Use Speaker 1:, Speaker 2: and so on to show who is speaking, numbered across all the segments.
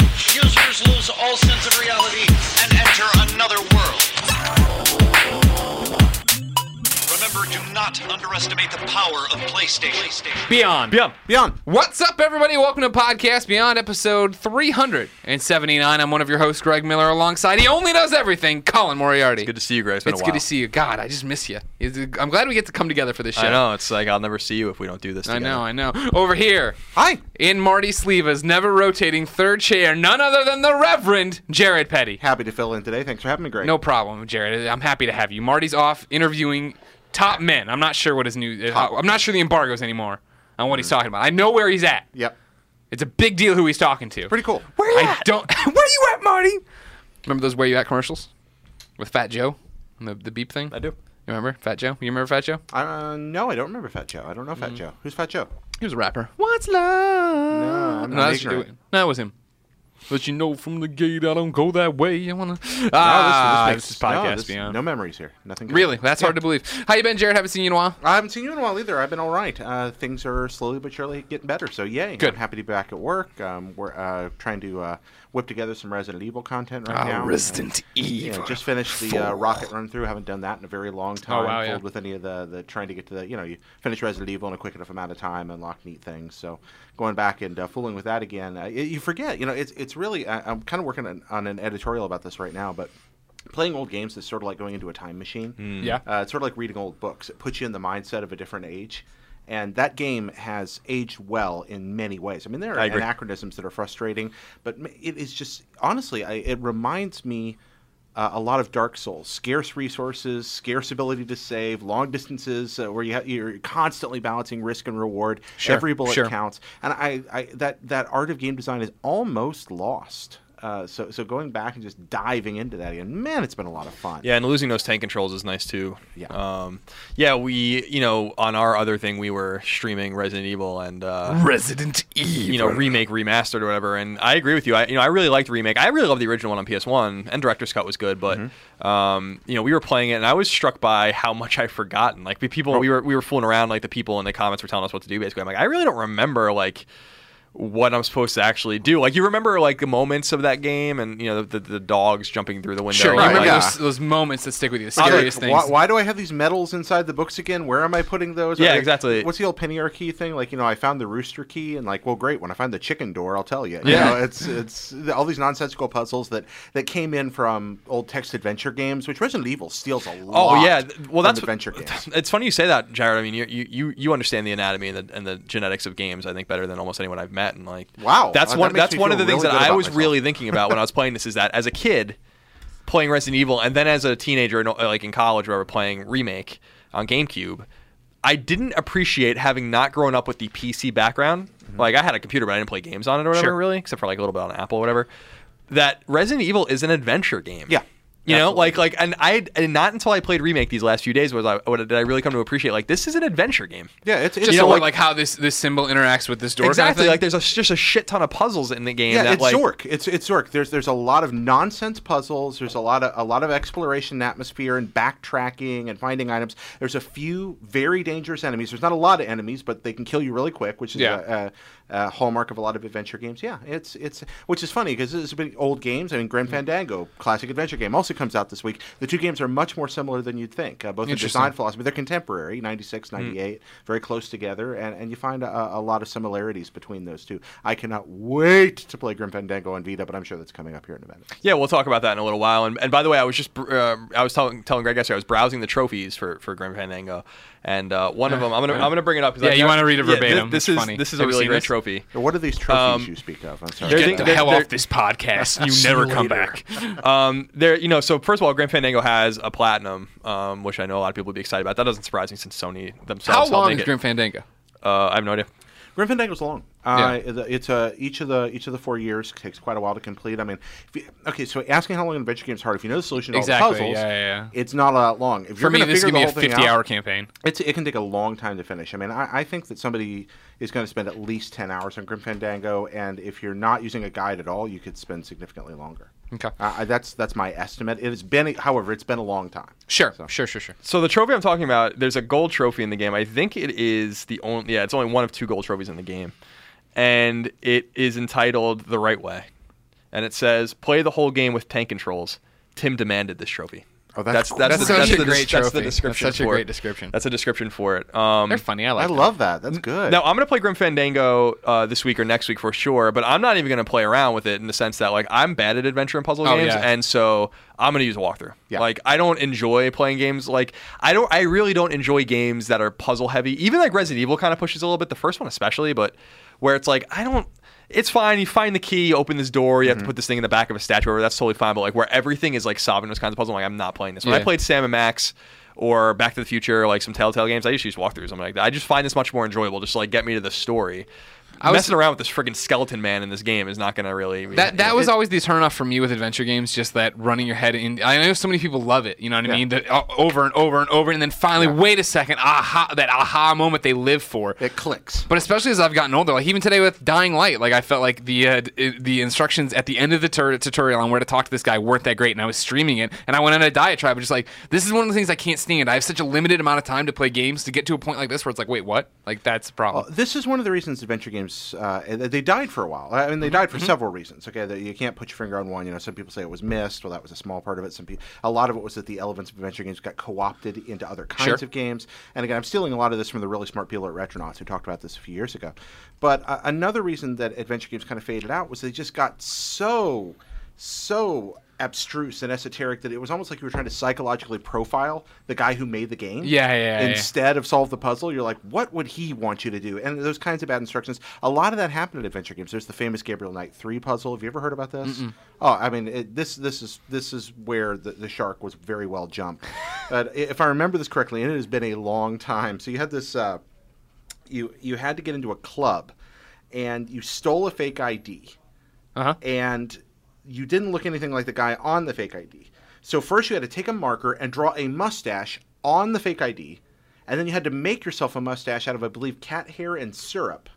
Speaker 1: Users lose all sense of reality and enter another world. Remember, do not underestimate the power of PlayStation.
Speaker 2: Beyond.
Speaker 3: Beyond. Beyond.
Speaker 2: What's up, everybody? Welcome to Podcast Beyond, episode 379. I'm one of your hosts, Greg Miller, alongside he only knows everything, Colin Moriarty.
Speaker 3: Good to see you, Greg. It's been
Speaker 2: It's
Speaker 3: a while.
Speaker 2: good to see you. God, I just miss you. It's- I'm glad we get to come together for this show.
Speaker 3: I know. It's like I'll never see you if we don't do this.
Speaker 2: I
Speaker 3: Together.
Speaker 2: know, I know. Over here,
Speaker 3: Hi.
Speaker 2: in Marty Sleeva's never rotating third chair, none other than the Reverend Jared Petty.
Speaker 4: happy to fill in today. Thanks for having me, Greg.
Speaker 2: No problem, Jared. I'm happy to have you. Marty's off interviewing top men. I'm not sure what his new. I'm not sure the embargoes anymore on
Speaker 3: Mm.
Speaker 2: what he's talking about. I know where he's at.
Speaker 4: Yep.
Speaker 2: It's a big deal who he's talking to.
Speaker 4: Pretty cool.
Speaker 2: Where you I don't. Where you at, Marty? Remember those "Where you at" commercials with Fat Joe and the the beep thing?
Speaker 3: I do.
Speaker 2: You remember Fat Joe? You remember Fat Joe?
Speaker 4: Uh, no, I don't remember Fat Joe. I don't know Fat Joe. Who's Fat Joe?
Speaker 2: He was a rapper. What's love?
Speaker 4: No, I'm
Speaker 2: Mm-hmm. No,
Speaker 4: not
Speaker 2: that's
Speaker 4: ignorant.
Speaker 2: no, that was him. But you know from the gate, I don't go that way. I wanna.
Speaker 4: No,
Speaker 2: Ah,
Speaker 4: Oh, this- this makes- no, this- No memories here. Nothing. Good.
Speaker 2: Really, that's hard to believe. How you been, Jared? Haven't seen you in a while.
Speaker 4: I haven't seen you in a while either. I've been all right. Uh, things are slowly but surely getting better. So yay!
Speaker 2: Good.
Speaker 4: I'm happy to be back at work. Um, we're uh, trying to uh, whip together some Resident Evil content right now.
Speaker 2: Ah, Resident
Speaker 4: Yeah,
Speaker 2: Evil.
Speaker 4: just finished the uh, Rocket run through. Haven't done that in a very long time.
Speaker 2: Oh, wow, yeah.
Speaker 4: Filled with any of the, the trying to get to the you know you finish Resident Evil in a quick enough amount of time, unlock neat things. So going back and uh, fooling with that again, uh, y- you forget. You know, it's it's really I, I'm kind of working on, on an editorial about this right now, but. Playing old games is sort of like going into a time machine.
Speaker 2: Yeah.
Speaker 4: Uh, it's sort of like reading old books. It puts you in the mindset of a different age. And that game has aged well in many ways. I mean, there are
Speaker 3: I agree.
Speaker 4: anachronisms that are frustrating, but m- it is just, honestly, I, it reminds me uh, a lot of Dark Souls. Scarce resources, scarce ability to save, long distances uh, where you ha- you're constantly balancing risk and reward.
Speaker 2: Sure,
Speaker 4: Every bullet
Speaker 2: sure.
Speaker 4: counts. And I, I that, that art of game design is almost lost. Uh, so, so going back and just diving into that again, man, it's been a lot of fun.
Speaker 3: Yeah, and losing those tank controls is nice too.
Speaker 4: Yeah.
Speaker 3: Um, yeah, we, you know, on our other thing, we were streaming Resident Evil and, uh,
Speaker 2: Resident Evil.
Speaker 3: you know, remake, remastered, or whatever. And I agree with you. I, you know, I really liked the remake. I really loved the original one on PS1, and Director's Cut was good. But,
Speaker 2: Mm-hmm.
Speaker 3: um, you know, we were playing it, and I was struck by how much I'd forgotten. Like the
Speaker 2: Oh.
Speaker 3: people, we were we were fooling around. Like the people in the comments were telling us what to do. Basically, I'm like, I really don't remember. Like what I'm supposed to actually do. Like you remember like the moments of that game and you know the, the, the dogs jumping through the window.
Speaker 2: Sure, you
Speaker 3: and,
Speaker 2: remember
Speaker 3: like,
Speaker 2: those, those moments that stick with you, the
Speaker 4: I'm like,
Speaker 2: scariest
Speaker 4: why,
Speaker 2: things.
Speaker 4: why do I have these medals inside the books again? Where am I putting those?
Speaker 3: Yeah,
Speaker 4: Are they-
Speaker 3: exactly.
Speaker 4: What's the old pennier key thing? Like, you know, I found the rooster key, and like, well, great. When I find the chicken door, I'll tell you. You
Speaker 3: Yeah.
Speaker 4: know, it's it's all these nonsensical puzzles that that came in from old text adventure games, which Resident Evil steals a lot.
Speaker 3: Oh yeah, th- well
Speaker 4: from
Speaker 3: that's
Speaker 4: adventure games.
Speaker 3: It's funny you say that, Jared. I mean, you you- you you understand the anatomy and the, and the genetics of games, I think, better than almost anyone I've met. And like,
Speaker 4: Wow,
Speaker 3: that's
Speaker 4: that
Speaker 3: one
Speaker 4: makes
Speaker 3: that's
Speaker 4: me
Speaker 3: one of the
Speaker 4: feel
Speaker 3: things
Speaker 4: really good
Speaker 3: that I
Speaker 4: about
Speaker 3: was
Speaker 4: myself.
Speaker 3: really thinking about when I was playing this is that as a kid, playing Resident Evil, and then as a teenager, no- like in college, where I were playing Remake on GameCube, I didn't appreciate having not grown up with the PC background. Like I had a computer, but I didn't play games on it or whatever,
Speaker 4: Mm-hmm. Sure.
Speaker 3: really, except for like a little bit on Apple or whatever. That Resident Evil is an adventure game.
Speaker 4: Yeah,
Speaker 3: You know,
Speaker 4: absolutely.
Speaker 3: like like and I and not until I played remake these last few days was I what did I really come to appreciate like this is an adventure game.
Speaker 4: yeah. It's, it's
Speaker 2: Just
Speaker 3: You know,
Speaker 2: sort
Speaker 3: like-
Speaker 2: of like how this this symbol interacts with this door.
Speaker 3: exactly.
Speaker 2: Kind of
Speaker 3: Like
Speaker 2: thing.
Speaker 3: there's a, just a shit ton of puzzles in the game.
Speaker 4: Yeah,
Speaker 3: that,
Speaker 4: it's
Speaker 3: like,
Speaker 4: Zork. It's it's Zork. There's there's a lot of nonsense puzzles. There's a lot of a lot of exploration, and atmosphere, and backtracking and finding items. There's a few very dangerous enemies. There's not a lot of enemies, but they can kill you really quick, which is
Speaker 2: Yeah.
Speaker 4: a, a, a hallmark of a lot of
Speaker 3: Mm-hmm.
Speaker 4: adventure games. Yeah, it's it's which is funny because this has been old games. I mean, Grim Fandango, classic adventure game, also comes out this week. The two games are much more similar than you'd think. Uh, both in
Speaker 2: Interesting. Mm.
Speaker 4: design philosophy, they're contemporary, 96, 98, very close together, and, and you find a, a lot of similarities between those two. I cannot wait to play Grim Fandango on Vita, but I'm sure that's coming up here in a minute.
Speaker 3: Yeah, we'll talk about that in a little while. And, and by the way, I was just br- uh, I was telling telling Greg yesterday I was browsing the trophies for for Grim Fandango, and uh, one of them I'm gonna I'm gonna bring it up. 'cause
Speaker 2: Yeah,
Speaker 3: I-
Speaker 2: you wanna read it
Speaker 3: yeah, thi-
Speaker 2: verbatim. It's
Speaker 3: This, is
Speaker 2: funny.
Speaker 3: this is
Speaker 2: Have
Speaker 3: a
Speaker 2: you
Speaker 3: really
Speaker 2: seen
Speaker 3: great
Speaker 2: this?
Speaker 3: trophy.
Speaker 4: What are these trophies
Speaker 3: Um,
Speaker 4: you speak of? I'm sorry.
Speaker 3: there's
Speaker 2: Get the
Speaker 3: they're-
Speaker 2: hell
Speaker 3: they're-
Speaker 2: off this podcast. You
Speaker 3: See
Speaker 2: never
Speaker 3: you
Speaker 2: come
Speaker 3: later.
Speaker 2: back.
Speaker 3: um, there, you know, so first of all, Grand Fandango has a platinum, um, which I know a lot of people would be excited about. That doesn't surprise me since Sony
Speaker 2: How
Speaker 3: themselves. helped
Speaker 2: long
Speaker 3: make
Speaker 2: is
Speaker 3: it.
Speaker 2: Grim Fandango?
Speaker 3: Uh, I have no idea.
Speaker 4: Grim Fandango's long. Uh, the- It's uh, each of the each of the four years takes quite a while to complete. I mean, if you, okay, so asking how long an adventure game is hard. If you know the solution to all
Speaker 2: Exactly,
Speaker 4: the puzzles,
Speaker 2: yeah, yeah,
Speaker 4: it's not that long. If
Speaker 2: For
Speaker 4: you're
Speaker 2: me,
Speaker 4: gonna
Speaker 2: this is
Speaker 4: figure
Speaker 2: gonna be a
Speaker 4: the whole thing out-
Speaker 2: fifty-hour campaign.
Speaker 4: It's, it can take a long time to finish. I mean, I, I think that somebody is going to spend at least 10 hours on Grim Fandango, and if you're not using a guide at all, you could spend significantly longer.
Speaker 2: Okay.
Speaker 4: Uh, I- that's that's my estimate. It has been, however, it's been a long time.
Speaker 2: Sure, sure, sure, sure.
Speaker 3: So the trophy I'm talking about, there's a gold trophy in the game. I think it is the only. Yeah, it's only one of two gold trophies in the game, and it is entitled "The Right Way," and it says, "Play the whole game with tank controls." Tim demanded this trophy.
Speaker 4: Oh, that's cool.
Speaker 3: that's,
Speaker 2: That's
Speaker 3: the,
Speaker 2: such
Speaker 3: that's
Speaker 2: a
Speaker 3: the,
Speaker 2: great
Speaker 3: that's
Speaker 2: trophy.
Speaker 3: the
Speaker 2: That's
Speaker 3: description.
Speaker 2: such a
Speaker 3: for
Speaker 2: great
Speaker 3: it.
Speaker 2: description.
Speaker 3: That's a description for it. Um,
Speaker 2: They're funny. I
Speaker 4: Mm. I
Speaker 2: like. them.
Speaker 4: love that. That's good.
Speaker 3: now I'm gonna play Grim Fandango uh, this week or next week for sure, but I'm not even gonna play around with it in the sense that like I'm bad at adventure and puzzle
Speaker 2: Oh,
Speaker 3: games,
Speaker 2: yeah.
Speaker 3: and so I'm gonna use a walkthrough.
Speaker 4: Yeah.
Speaker 3: Like I don't enjoy playing games like I don't. I really don't enjoy games that are puzzle heavy. Even like Resident Evil kind of pushes a little bit, the first one especially, but where it's like I don't. It's fine. You find the key, you open this door. You have to
Speaker 2: Mm-hmm.
Speaker 3: put this thing in the back of a statue. Or that's totally fine. But like where everything is like solving those kinds of puzzles, I'm like I'm not playing this. When I
Speaker 2: Yeah.
Speaker 3: played Sam and Max or Back to the Future, like some Telltale games, I just use walkthroughs. I'm like, that. I just find this much more enjoyable. Just to, like get me to the story.
Speaker 2: I was-
Speaker 3: Messing around with this friggin' skeleton man in this game is not gonna really.
Speaker 2: That that was always the turnoff for me with adventure games, just that running your head in. I know so many people love it, you know what I mean? The, uh, over and over and over, and then finally, wait a second, aha! That aha moment they live for.
Speaker 4: it clicks.
Speaker 2: But especially as I've gotten older, like even today with Dying Light, like I felt like the uh, d- the instructions at the end of the tur- tutorial on where to talk to this guy weren't that great, and I was streaming it, and I went on a diatribe, and just like this is one of the things I can't stand. I have such a limited amount of time to play games to get to a point like this where it's like, wait, what? Like that's a problem.
Speaker 4: Well, this is one of the reasons adventure games uh, they died for a while. I mean, they died for several reasons. Okay, that you can't put your finger on one. You know, some people say it was missed. Well, that was a small part of it. Some people, a lot of it was that the elements of adventure games got co-opted into other kinds
Speaker 2: Sure.
Speaker 4: of games. And again, I'm stealing a lot of this from the really smart people at Retronauts who talked about this a few years ago. But uh, another reason that adventure games kind of faded out was they just got so so abstruse and esoteric that it was almost like you were trying to psychologically profile the guy who made the game
Speaker 2: Yeah, yeah, yeah.
Speaker 4: instead of solve the puzzle, you're like, what would he want you to do? And those kinds of bad instructions. A lot of that happened in adventure games. There's the famous Gabriel Knight three puzzle. Have you ever heard about this? Oh, I mean, it, this this is this is where the, the shark was very well jumped. but i- if I remember this correctly, and it has been a long time. So you had this. Uh, you you had to get into a club, and you stole a fake ID
Speaker 2: Uh-huh.
Speaker 4: and you didn't look anything like the guy on the fake ID. So first you had to take a marker and draw a mustache on the fake ID, and then you had to make yourself a mustache out of, I believe, cat hair and syrup.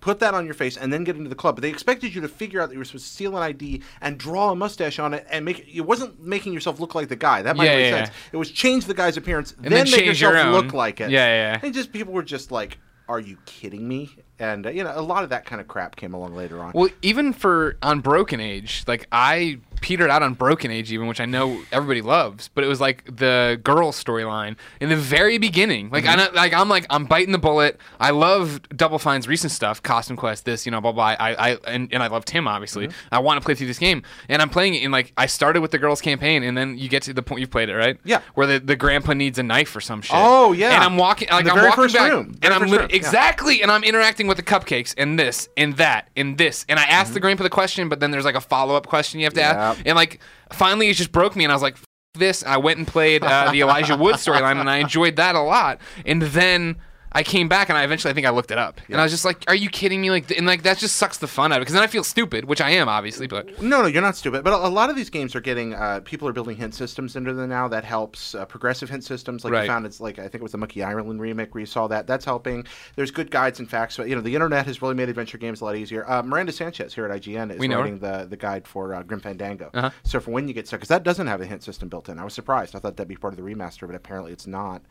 Speaker 4: Put that on your face and then get into the club. But they expected you to figure out that you were supposed to steal an ID and draw a mustache on it and make it wasn't making yourself look like the guy. That might
Speaker 2: Yeah,
Speaker 4: make
Speaker 2: yeah,
Speaker 4: sense. It was change the guy's appearance, then,
Speaker 2: then
Speaker 4: make
Speaker 2: change your
Speaker 4: yourself
Speaker 2: own.
Speaker 4: look like it.
Speaker 2: Yeah, yeah, yeah.
Speaker 4: And just people were just like, "Are you kidding me?" And uh, you know, a lot of that kind of crap came along later on.
Speaker 2: Well, even for on Broken Age, like I petered out on Broken Age, even which I know everybody loves, but it was like the girl storyline in the very beginning. Like
Speaker 4: Mm-hmm.
Speaker 2: I know, like I'm like I'm biting the bullet. I love Double Fine's recent stuff, Costume Quest, this you know, blah blah. I, I and, and I love Tim obviously.
Speaker 4: Mm-hmm.
Speaker 2: I want to play through this game, and I'm playing it in like I started with the girls campaign, and then you get to the point you've played it right,
Speaker 4: Yeah.
Speaker 2: where the, the grandpa needs a knife or some shit.
Speaker 4: Oh, yeah.
Speaker 2: and I'm walking like
Speaker 4: The
Speaker 2: I'm
Speaker 4: very
Speaker 2: walking
Speaker 4: first
Speaker 2: back,
Speaker 4: room.
Speaker 2: and
Speaker 4: Very
Speaker 2: I'm
Speaker 4: first
Speaker 2: lit-
Speaker 4: room, yeah.
Speaker 2: exactly. Exactly, and I'm interacting with the cupcakes and this and that and this, and I asked the grandpa the question, but then there's like a follow up question you have to
Speaker 4: Mm-hmm.
Speaker 2: ask,
Speaker 4: Yep.
Speaker 2: and like finally it just broke me, and I was like, F- this. I went and played uh, the Elijah Wood storyline, and I enjoyed that a lot, and then. I came back and I eventually I think I looked it up and I was just like, "Are you kidding me?" Like, th- and like that just sucks the fun out of it because then I feel stupid, which I am obviously, but
Speaker 4: No, no, you're not stupid. But a, a lot of these games are getting uh, people are building hint systems into them now. That helps uh, progressive hint systems, like
Speaker 2: Right.
Speaker 4: you found. It's like I think it was the Monkey Island remake where you saw that. That's helping. There's good guides and facts. So, you know, the internet has really made adventure games a lot easier. Uh, Miranda Sanchez here at IGN is
Speaker 2: We know her. Uh-huh.
Speaker 4: writing the the guide for uh, Grim Fandango. So for when you get stuck, because that doesn't have a hint system built in. I was surprised. I thought that'd be part of the remaster, but apparently it's not.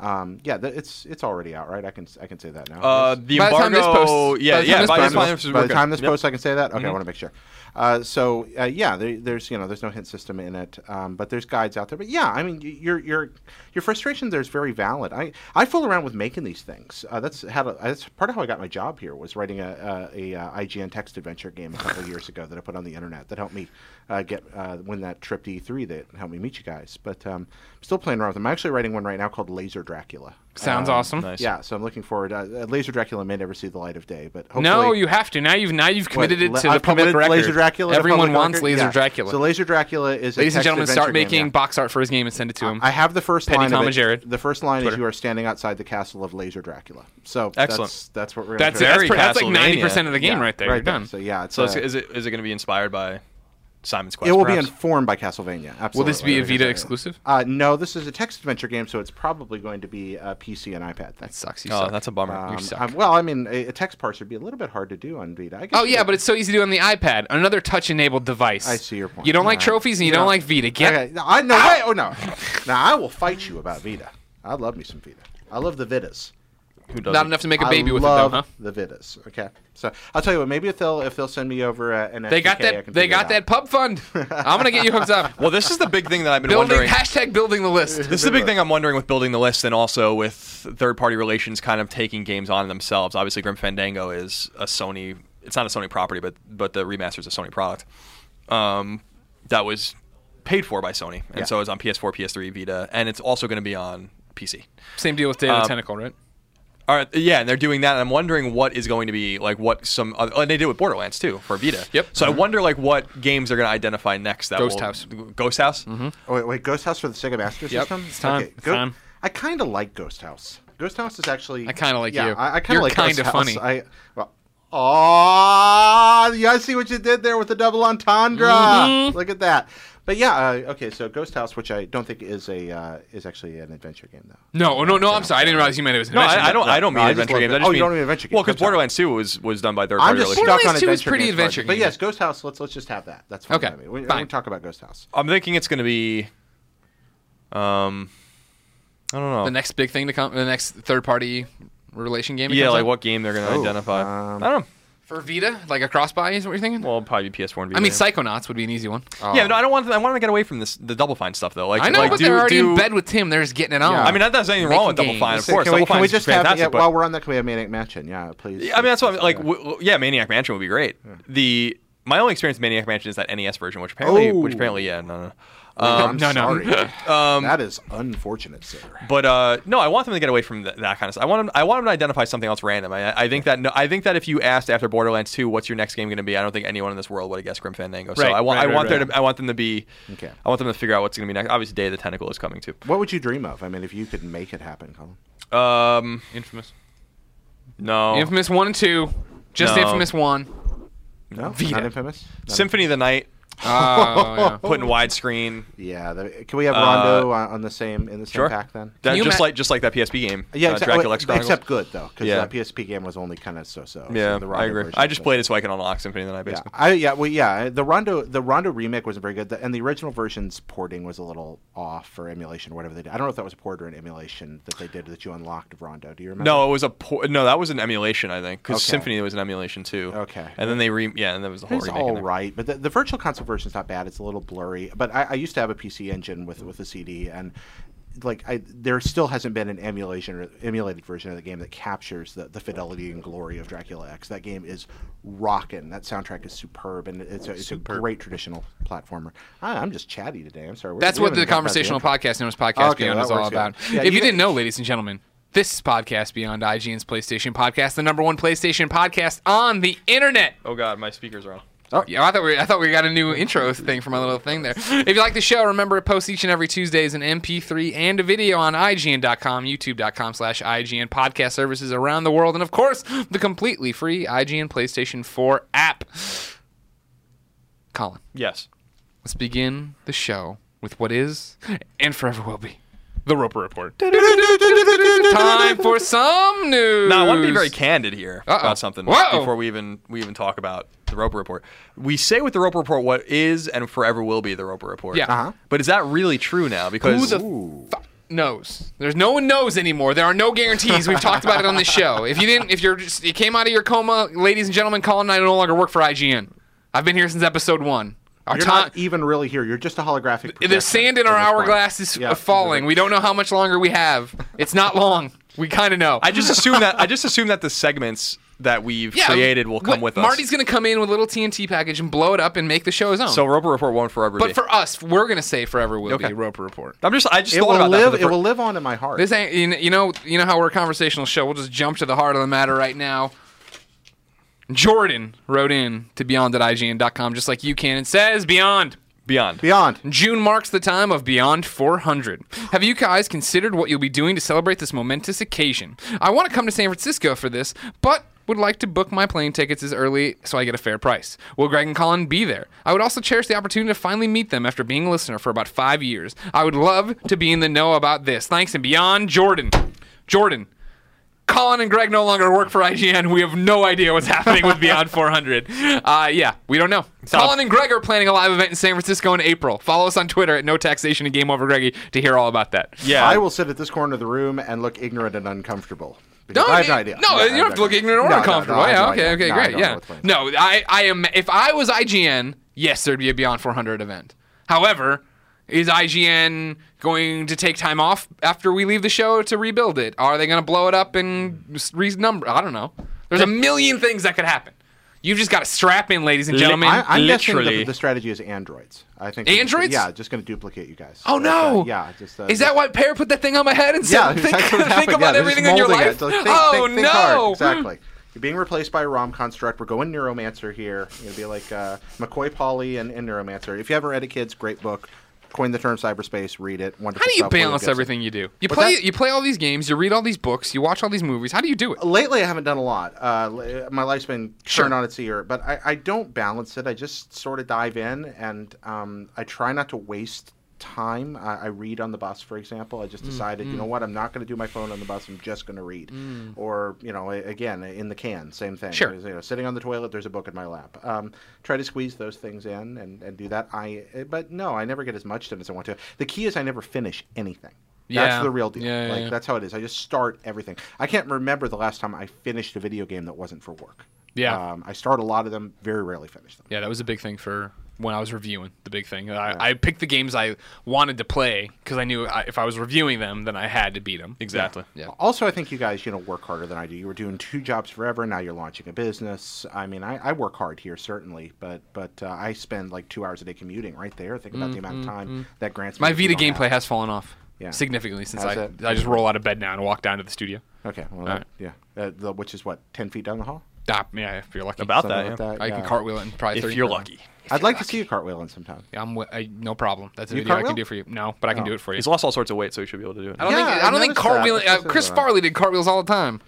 Speaker 4: Um, yeah, th- it's it's already out, right? I can I can say that now.
Speaker 3: Uh,
Speaker 4: Yes.
Speaker 3: the
Speaker 2: By the time
Speaker 3: embargo.
Speaker 2: this posts-
Speaker 3: yeah,
Speaker 2: by the time
Speaker 3: yeah.
Speaker 2: this
Speaker 3: By the
Speaker 2: posts-
Speaker 4: by
Speaker 3: time this
Speaker 4: the
Speaker 3: is working.
Speaker 4: time this
Speaker 3: Yep. Mm-hmm.
Speaker 4: posts, I can say that. Okay, I want to make sure. Uh, so uh, yeah, there, there's you know there's no hint system in it, um, but there's guides out there. But yeah, I mean y- your your your frustration there is very valid. I, I fool around with making these things. Uh, that's how that's part of how I got my job here was writing a a, a uh, IGN text adventure game a couple of years ago that I put on the internet that helped me uh, get uh, win that trip to E3 that helped me meet you guys. But um, I'm still playing around with them. I'm actually writing one right now called Laser Dracula. Oh,
Speaker 2: Sounds awesome.
Speaker 3: nice.
Speaker 4: Yeah, so I'm looking forward. Uh, Laser Dracula may never see the light of day, but hopefully
Speaker 2: No, you have to. Now you've now you've committed
Speaker 4: Wait,
Speaker 2: it to
Speaker 4: I've
Speaker 2: the public
Speaker 4: committed
Speaker 2: record.
Speaker 4: Laser Dracula. to
Speaker 2: Everyone
Speaker 4: public
Speaker 2: wants
Speaker 4: record?
Speaker 2: Laser
Speaker 4: Yeah.
Speaker 2: Dracula.
Speaker 4: So Laser Dracula is. a
Speaker 2: Ladies
Speaker 4: text
Speaker 2: and gentlemen,
Speaker 4: adventure
Speaker 2: start
Speaker 4: game,
Speaker 2: making
Speaker 4: yeah.
Speaker 2: box art for his game and send it to him.
Speaker 4: I have the first
Speaker 2: Petty
Speaker 4: line.
Speaker 2: Tom
Speaker 4: of it.
Speaker 2: and Jared.
Speaker 4: The first line is
Speaker 2: Twitter.
Speaker 4: you are standing outside the castle of Laser Dracula. So
Speaker 3: Excellent.
Speaker 4: That's, that's what we're.
Speaker 2: that's it.
Speaker 4: gonna
Speaker 2: That's,
Speaker 3: Very
Speaker 2: pre- that's like
Speaker 3: Castlevania.
Speaker 2: ninety percent of the
Speaker 4: try.
Speaker 2: game
Speaker 4: Yeah,
Speaker 2: right there. You're done.
Speaker 4: So yeah, it's.
Speaker 3: So it's,
Speaker 4: uh,
Speaker 3: is it is it going to be inspired by Simon's Quest?
Speaker 4: it will
Speaker 3: perhaps?
Speaker 4: be informed by Castlevania. Absolutely.
Speaker 2: Will this be a
Speaker 4: Because,
Speaker 2: Vita
Speaker 4: uh,
Speaker 2: exclusive?
Speaker 4: Uh, no, this is a text adventure game, so it's probably going to be a PC and iPad.
Speaker 2: That
Speaker 4: That's. um,
Speaker 2: sucks. You
Speaker 3: Oh,
Speaker 2: suck.
Speaker 3: that's a bummer.
Speaker 2: You suck.
Speaker 4: well, I mean, a, a text parser would be a little bit hard to do on Vita. I guess
Speaker 2: Oh
Speaker 4: you
Speaker 2: yeah,
Speaker 4: could-
Speaker 2: but it's so easy to do on the iPad, another touch-enabled device.
Speaker 4: I see your point.
Speaker 2: You don't like
Speaker 4: Yeah.
Speaker 2: trophies and you
Speaker 4: Yeah.
Speaker 2: don't like Vita. Get
Speaker 4: Okay. No, I no. Wait, oh no. Now I will fight you about Vita. I love me some Vita. I love the Vitas.
Speaker 3: Who doesn't?
Speaker 2: not enough to make a baby
Speaker 4: I
Speaker 2: with it though,
Speaker 4: love
Speaker 2: huh?
Speaker 4: the Vitas. Okay. So I'll tell you what. Maybe if they'll if they'll send me over uh, an
Speaker 2: They got
Speaker 4: SDK, I
Speaker 2: that.
Speaker 4: can
Speaker 2: They
Speaker 4: figure
Speaker 2: got
Speaker 4: it out.
Speaker 2: that pub fund. I'm gonna get you hooked up.
Speaker 3: Well, this is the big thing that I've been
Speaker 2: building
Speaker 3: wondering.
Speaker 2: hashtag building the list.
Speaker 3: This is the big thing I'm wondering with building the list and also with third party relations kind of taking games on themselves. Obviously, Grim Fandango is a Sony, it's not a Sony property, but but the remaster is a Sony product um, that was paid for by Sony. And
Speaker 4: Yeah.
Speaker 3: so it's on PS4, PS3, Vita, and it's also going to be on PC.
Speaker 2: Same deal with Day of the
Speaker 3: Um,
Speaker 2: Tentacle, right?
Speaker 3: All right, yeah, and they're doing that. And I'm wondering what is going to be like what some other, and they did with Borderlands too for Vita.
Speaker 2: Yep.
Speaker 3: So I
Speaker 4: Mm-hmm.
Speaker 3: wonder like what games they're going to identify next. That
Speaker 2: Ghost
Speaker 3: will-
Speaker 2: House.
Speaker 3: Ghost House. Mm-hmm.
Speaker 4: Oh, wait, wait. Ghost House for the Sega Master
Speaker 2: Yep,
Speaker 4: System.
Speaker 2: it's time, it's time.
Speaker 4: I kind of like Ghost House. Ghost House is actually.
Speaker 2: I kinda like
Speaker 4: yeah,
Speaker 2: you.
Speaker 4: I, I kind
Speaker 2: You're
Speaker 4: of like
Speaker 2: kinda
Speaker 4: Ghost
Speaker 2: funny.
Speaker 4: House. I well. Oh, I see what you did there with the double entendre.
Speaker 2: Mm-hmm.
Speaker 4: Look at that. But yeah, uh, okay. So Ghost House, which I don't think is a uh, is actually an adventure game though.
Speaker 2: No, oh, no, no. I'm sorry. I didn't realize you meant it was. an
Speaker 3: No,
Speaker 2: adventure.
Speaker 3: I, I don't. I don't
Speaker 4: No,
Speaker 3: mean
Speaker 4: I just
Speaker 3: adventure
Speaker 4: love
Speaker 3: games.
Speaker 4: it.
Speaker 3: I
Speaker 4: Oh,
Speaker 3: just
Speaker 4: you
Speaker 3: mean,
Speaker 4: don't mean adventure
Speaker 3: Well,
Speaker 4: games.
Speaker 3: because
Speaker 4: I'm sorry.
Speaker 3: Borderlands 2 was was done by
Speaker 4: I'm
Speaker 3: third party.
Speaker 4: just
Speaker 3: relations.
Speaker 4: stuck on
Speaker 2: Borderlands 2 is
Speaker 4: adventure
Speaker 2: pretty
Speaker 4: games
Speaker 2: adventure
Speaker 4: project. But
Speaker 2: game.
Speaker 4: yes, Ghost House. Let's let's just have that. That's fine.
Speaker 2: Okay,
Speaker 4: by me. We, we
Speaker 2: fine.
Speaker 4: can talk about Ghost House.
Speaker 3: I'm thinking it's going to be. Um, I don't know.
Speaker 2: The next big thing to come. The next third-party relation game. that
Speaker 3: yeah,
Speaker 2: comes
Speaker 3: like
Speaker 2: out?
Speaker 3: what game they're going to identify?
Speaker 4: um,
Speaker 3: I don't know.
Speaker 2: for Vita? Like a cross-buy is what you're thinking?
Speaker 3: Well, it'll probably be PS4 and Vita.
Speaker 2: I mean, Psychonauts would be an easy one.
Speaker 4: Oh,
Speaker 3: yeah, no, I don't want. I want to get away from this the Double Fine stuff though. Like,
Speaker 2: I know,
Speaker 3: like,
Speaker 2: but
Speaker 3: do,
Speaker 2: they're already
Speaker 3: do,
Speaker 2: in bed with Tim. They're just getting it on.
Speaker 3: I mean, not that there's anything wrong with
Speaker 2: Making
Speaker 3: Double Fine,
Speaker 2: games.
Speaker 3: of course.
Speaker 4: can, we,
Speaker 3: Double
Speaker 4: can we
Speaker 3: Fine's
Speaker 4: just have
Speaker 3: fantastic.
Speaker 4: yeah,
Speaker 3: but-
Speaker 4: while we're on that? Can we have Maniac Mansion? Yeah, please.
Speaker 3: Yeah, I mean, that's what I'm like.
Speaker 4: Yeah.
Speaker 3: W- w- yeah, Maniac Mansion would be great. The my only experience with Maniac Mansion is that NES version, which apparently, which
Speaker 5: Oh.
Speaker 3: apparently, yeah, no, no.
Speaker 4: I'm
Speaker 3: Um,
Speaker 2: no, no.
Speaker 4: sorry.
Speaker 2: Um,
Speaker 4: that is unfortunate, sir.
Speaker 3: but uh, no, I want them to get away from th- that kind of stuff. I want them, I want them to identify something else random. I, I think that no, I think that if you asked after Borderlands 2, what's your next game going to be? I don't think anyone in this world would have guessed Grim Fandango. So
Speaker 2: Right,
Speaker 3: I want
Speaker 2: right,
Speaker 3: I
Speaker 2: right,
Speaker 3: want there
Speaker 2: right.
Speaker 3: to I want them to be
Speaker 4: Okay.
Speaker 3: I want them to figure out what's going to be next. Obviously, Day of the Tentacle is coming too.
Speaker 4: What would you dream of? I mean, if you could make it happen, Colin.
Speaker 3: Um,
Speaker 2: Infamous.
Speaker 3: no,
Speaker 4: Oh.
Speaker 2: Infamous one and two. Just
Speaker 3: No.
Speaker 2: Infamous one.
Speaker 4: No,
Speaker 2: Vita.
Speaker 4: not infamous. Not
Speaker 3: Symphony of the Night,
Speaker 2: Oh, yeah.
Speaker 3: put in widescreen.
Speaker 4: Yeah, the, can we have Rondo on, on the same in the same
Speaker 3: Uh, Sure.
Speaker 4: pack then?
Speaker 3: That,
Speaker 2: you
Speaker 3: just
Speaker 2: ma-
Speaker 3: like just like that PSP game.
Speaker 4: yeah,
Speaker 3: uh,
Speaker 4: exactly.
Speaker 3: Dracula X Chronicles.
Speaker 4: except good though, because
Speaker 3: Yeah.
Speaker 4: that PSP game was only kind of so-so. so
Speaker 3: Yeah,
Speaker 4: the
Speaker 3: I
Speaker 4: Rondo
Speaker 3: agree.
Speaker 4: version
Speaker 3: I just
Speaker 4: was-
Speaker 3: played it so I can unlock Symphony of the Night,
Speaker 4: Yeah,
Speaker 3: basically.
Speaker 4: I, yeah, well, yeah. The Rondo, the Rondo remake wasn't very good, the, and the original version's porting was a little off for emulation, or whatever they did. I don't know if that was a port or an emulation that they did that you unlocked of Rondo. Do you remember?
Speaker 3: No, it was a po- no. That was an emulation, I think, because
Speaker 4: Okay.
Speaker 3: Symphony was an emulation too.
Speaker 4: Okay.
Speaker 3: And then they re yeah, and that was the whole
Speaker 4: It's
Speaker 3: remake in
Speaker 4: all
Speaker 3: there.
Speaker 4: right, but the, the virtual console version's not bad. It's a little blurry, but I, I used to have a PC engine with with a CD, and like I, there still hasn't been an emulation or emulated version of the game that captures the, the fidelity and glory of Dracula X. That game is rockin'. That soundtrack is superb, and it's a, it's a great traditional platformer. I, I'm just chatty today. I'm sorry. We're-
Speaker 2: That's
Speaker 4: we
Speaker 2: what
Speaker 4: haven't
Speaker 2: the
Speaker 4: even talked about
Speaker 2: conversational
Speaker 4: intro.
Speaker 2: podcast known as Podcast
Speaker 4: Okay,
Speaker 2: Beyond
Speaker 4: that
Speaker 2: is all
Speaker 4: works, yeah.
Speaker 2: about.
Speaker 4: Yeah, you
Speaker 2: if you,
Speaker 4: guys-
Speaker 2: didn't know, ladies and gentlemen, this is Podcast Beyond IGN's PlayStation Podcast, the number one PlayStation podcast on the internet.
Speaker 3: Oh god, my speakers are on.
Speaker 2: Yeah, I thought we I thought we got a new intro thing for my little thing there. If you like the show, remember it posts each and every Tuesday as an MP3 and a video on IGN.com, YouTube.com slash IGN podcast services around the world, and of course the completely free IGN PlayStation 4 app. Colin,
Speaker 3: Yes.
Speaker 2: let's begin the show with what is and forever will be the Roper Report. Time for some news.
Speaker 3: Now I want to be very candid here
Speaker 2: Uh-oh.
Speaker 3: about something
Speaker 2: Whoa.
Speaker 3: before we even we even talk about the Roper Report. We say with the Roper Report what is and forever will be the Roper Report.
Speaker 2: Yeah.
Speaker 4: Uh-huh.
Speaker 3: But is that really true now? Because
Speaker 2: Who the
Speaker 4: Ooh.
Speaker 2: fuck knows. There's no one knows anymore. There are no guarantees. We've talked about it on this show. If you didn't, if you're just, you came out of your coma, ladies and gentlemen, Colin and I no longer work for IGN. I've been here since episode one. Our
Speaker 4: You're
Speaker 2: time,
Speaker 4: not even really here. You're just a holographic.
Speaker 2: the
Speaker 4: projection
Speaker 2: sand in
Speaker 4: at
Speaker 2: our
Speaker 4: this point.
Speaker 2: hourglass is
Speaker 4: Yeah.
Speaker 2: falling. We don't know how much longer we have. It's not long. We kind of know.
Speaker 3: I just assume that I just assume that the segments that we've created will
Speaker 2: what-
Speaker 3: come with us.
Speaker 2: Marty's gonna come in with a little TNT package and blow it up and make the show his own.
Speaker 3: so Roper Report won't forever be.
Speaker 2: but for us, we're gonna say forever will
Speaker 3: Okay.
Speaker 2: be Roper Report.
Speaker 3: I'm just I just
Speaker 4: It
Speaker 3: thought
Speaker 4: will
Speaker 3: about that. for
Speaker 4: live.
Speaker 3: the
Speaker 4: It
Speaker 3: fir-
Speaker 4: will live on in my heart.
Speaker 2: This ain't you kn- you know you know how we're a conversational show. We'll just jump to the heart of the matter right now. Jordan wrote in to beyond at IGN.com just like you can and says beyond.
Speaker 3: beyond.
Speaker 4: Beyond.
Speaker 2: June marks the time of Beyond 400. Have you guys considered what you'll be doing to celebrate this momentous occasion? I want to come to San Francisco for this, but would like to book my plane tickets as early so I get a fair price. Will Greg and Colin be there? I would also cherish the opportunity to finally meet them after being a listener for about five years. I would love to be in the know about this. Thanks and beyond, Jordan. Jordan. Colin and Greg no longer work for IGN. We have no idea what's happening with Beyond 400. Uh, yeah, we don't know. Colin and Greg are planning a live event in San Francisco in April. Follow us on Twitter at No Taxation and Game Over Greggy to hear all about that.
Speaker 3: Yeah.
Speaker 4: I will sit at this corner of the room and look ignorant and uncomfortable.
Speaker 2: No,
Speaker 4: Because I have no
Speaker 2: you-
Speaker 4: idea.
Speaker 2: No,
Speaker 4: Yeah, I
Speaker 2: you don't have to look
Speaker 4: no-
Speaker 2: ignorant or
Speaker 4: no, no, no,
Speaker 2: uncomfortable.
Speaker 4: I have
Speaker 2: yeah,
Speaker 4: no
Speaker 2: okay,
Speaker 4: idea.
Speaker 2: okay,
Speaker 4: No, I
Speaker 2: great.
Speaker 4: don't know
Speaker 2: yeah.
Speaker 4: what's planned.
Speaker 2: No, I, I am. If I was IGN, yes, there'd be a Beyond 400 event. However, is IGN going to take time off after we leave the show to rebuild it? Are they going to blow it up and s- renumber? I don't know. There's a million things that could happen. You've just got to strap in, ladies and
Speaker 3: Li-
Speaker 2: gentlemen.
Speaker 3: I-
Speaker 4: I, I'm guessing
Speaker 3: Literally.
Speaker 4: the, the strategy is androids. I think
Speaker 2: Androids?
Speaker 4: Yeah, just going to duplicate you guys.
Speaker 2: Oh
Speaker 4: That's,
Speaker 2: no!
Speaker 4: Uh, yeah, just uh,
Speaker 2: is that why Pear put that thing on my head and said,
Speaker 4: Yeah,
Speaker 2: "Think,
Speaker 4: exactly what
Speaker 2: think
Speaker 4: happened.
Speaker 2: about
Speaker 4: yeah, they're just
Speaker 2: everything in your
Speaker 4: molding
Speaker 2: life"?
Speaker 4: it. So think-
Speaker 2: oh
Speaker 4: think- think
Speaker 2: no!
Speaker 4: hard. Exactly. You're being replaced by a ROM construct. We're going Neuromancer here. You're gonna be like uh, McCoy Polly and, and Neuromancer. If you haven't read a kid's great book, coined the term cyberspace. Read it. Wonderful.
Speaker 2: How do you
Speaker 4: stuff. William
Speaker 2: balance
Speaker 4: Gibson.
Speaker 2: everything you do? You play
Speaker 4: that?
Speaker 2: you play all these games, you read all these books, you watch all these movies. How do you do it?
Speaker 4: Lately, I haven't done a lot. Uh, l- my life's been
Speaker 2: Sure.
Speaker 4: turned on its ear, but I, I don't balance it. I just sort of dive in, and um, I try not to waste time. I, I read on the bus, for example. I just
Speaker 2: Mm,
Speaker 4: decided, you know what, I'm not going to do my phone on the bus. I'm just going to read. Or, you know, a- again, in the can, same thing.
Speaker 2: Mm. Sure.
Speaker 4: You know, sitting on the toilet, there's a book in my lap. Um, try to squeeze those things in and, and do that. I, eh, but no, I never get as much done as I want to. The key is I never finish anything.
Speaker 2: Yeah.
Speaker 4: That's the real deal.
Speaker 2: Yeah, yeah,
Speaker 4: like
Speaker 2: yeah.
Speaker 4: that's how it is. I just start everything. I can't remember the last time I finished a video game that wasn't for work.
Speaker 2: Yeah.
Speaker 4: Um, I start a lot of them. Very rarely finish them.
Speaker 2: Yeah, that was a big thing for when I was reviewing. The big thing. I, I picked the games I wanted to play because I knew I, if I was reviewing them, then I had to beat them.
Speaker 3: Exactly.
Speaker 2: Yeah.
Speaker 4: Also, I think you guys, you know, work harder than I do. You were doing two jobs forever. Now you're launching a business. I mean, I, I work hard here certainly, but but uh, I spend like two hours a day commuting right there. Think about the amount of time that grants.
Speaker 2: Mm-hmm. My
Speaker 4: me to
Speaker 2: Vita
Speaker 4: do all
Speaker 2: gameplay
Speaker 4: that.
Speaker 2: has fallen off
Speaker 4: Yeah.
Speaker 2: significantly since
Speaker 4: How's
Speaker 2: I
Speaker 4: that?
Speaker 2: I just roll out of bed now and walk down to the studio.
Speaker 4: Okay. Well,
Speaker 2: Alright.
Speaker 4: yeah. Uh, the, which is what ten feet down the hall.
Speaker 2: Ah, yeah, if you're lucky.
Speaker 3: About
Speaker 4: Something like
Speaker 3: that, yeah.
Speaker 4: that,
Speaker 2: I
Speaker 4: yeah.
Speaker 2: can cartwheel it in probably.
Speaker 3: If
Speaker 2: 30
Speaker 3: you're
Speaker 2: minutes.
Speaker 3: lucky.
Speaker 4: I'd like to see you cartwheeling sometime.
Speaker 2: Yeah, I'm. wi- I, no problem. That's a
Speaker 4: You
Speaker 2: video I can
Speaker 4: cartwheel?
Speaker 2: do for you. No, but I can do it for you.
Speaker 3: He's lost all sorts of weight, so he should be able to do it.
Speaker 2: I don't
Speaker 4: Yeah,
Speaker 2: think.
Speaker 4: I
Speaker 2: I don't think
Speaker 4: noticed that.
Speaker 2: cartwheeling. Uh,
Speaker 4: That's
Speaker 2: Chris
Speaker 4: a-
Speaker 2: Farley did cartwheels all the time.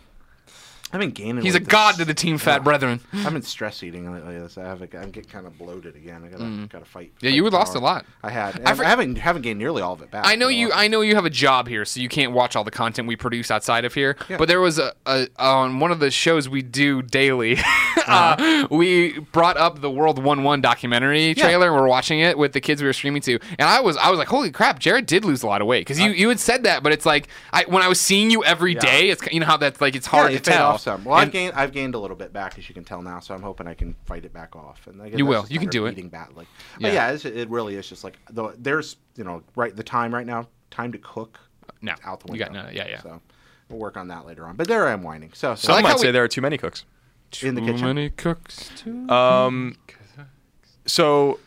Speaker 4: I've been gaining.
Speaker 2: He's a
Speaker 4: weight
Speaker 2: god
Speaker 4: this-
Speaker 2: to the team fat brethren.
Speaker 4: I've been stress eating lately. So I have a, I'm getting kind of bloated again. I gotta gotta fight.
Speaker 2: Mm. Yeah,
Speaker 4: fight
Speaker 2: you would lost
Speaker 4: power.
Speaker 2: a lot.
Speaker 4: I had.
Speaker 2: I
Speaker 4: I,
Speaker 2: for-
Speaker 4: haven't haven't gained nearly all of it back.
Speaker 2: I know
Speaker 4: but a
Speaker 2: you.
Speaker 4: lot.
Speaker 2: I know you have a job here, so you can't watch all the content we produce outside of here. But there was a, a on one of the shows we do daily.
Speaker 4: Uh-huh.
Speaker 2: uh, we brought up the World One One documentary trailer. and We're watching it with the kids we were streaming to, and I was I was like, holy crap, Jared did lose a lot of weight because
Speaker 4: Uh,
Speaker 2: you, you had said that, but it's like I when I was seeing you every day, it's you know how that's like it's
Speaker 4: Yeah,
Speaker 2: hard
Speaker 4: you
Speaker 2: to
Speaker 4: fade
Speaker 2: tell.
Speaker 4: off some. Well, I've
Speaker 2: And-
Speaker 4: gained I've gained a little bit back, as you can tell now. So I'm hoping I can fight it back off. And again,
Speaker 2: You
Speaker 4: that's
Speaker 2: will.
Speaker 4: just
Speaker 2: You can
Speaker 4: matter of
Speaker 2: do it.
Speaker 4: Eating badly. But
Speaker 2: Yeah.
Speaker 4: yeah, it's, it really is just like though. There's you know right the time right now. Time to cook.
Speaker 2: No.
Speaker 4: out the
Speaker 2: You
Speaker 4: window.
Speaker 2: got no- yeah, yeah.
Speaker 4: So we'll work on that later on. But there I am whining. So, so
Speaker 3: Some
Speaker 2: like how
Speaker 3: might say
Speaker 2: we-
Speaker 3: there are too many cooks.
Speaker 4: in the
Speaker 2: Too
Speaker 4: kitchen.
Speaker 2: many cooks too.
Speaker 3: Um, so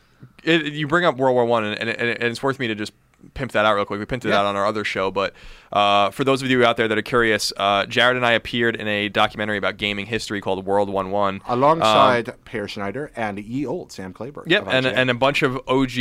Speaker 3: it, you bring up World War One, and, and, it- and it- and it's worth me to just pimp that out real quick. We pimped it out on our other show, but uh, for those of you out there that are curious, uh, Jared and I appeared in a documentary about gaming history called World One One,
Speaker 4: Alongside
Speaker 2: Um,
Speaker 4: Per Schneider and ye old Sam Claiborne.
Speaker 3: Yep,
Speaker 4: of
Speaker 3: and,
Speaker 4: IGN.
Speaker 3: and a bunch of OG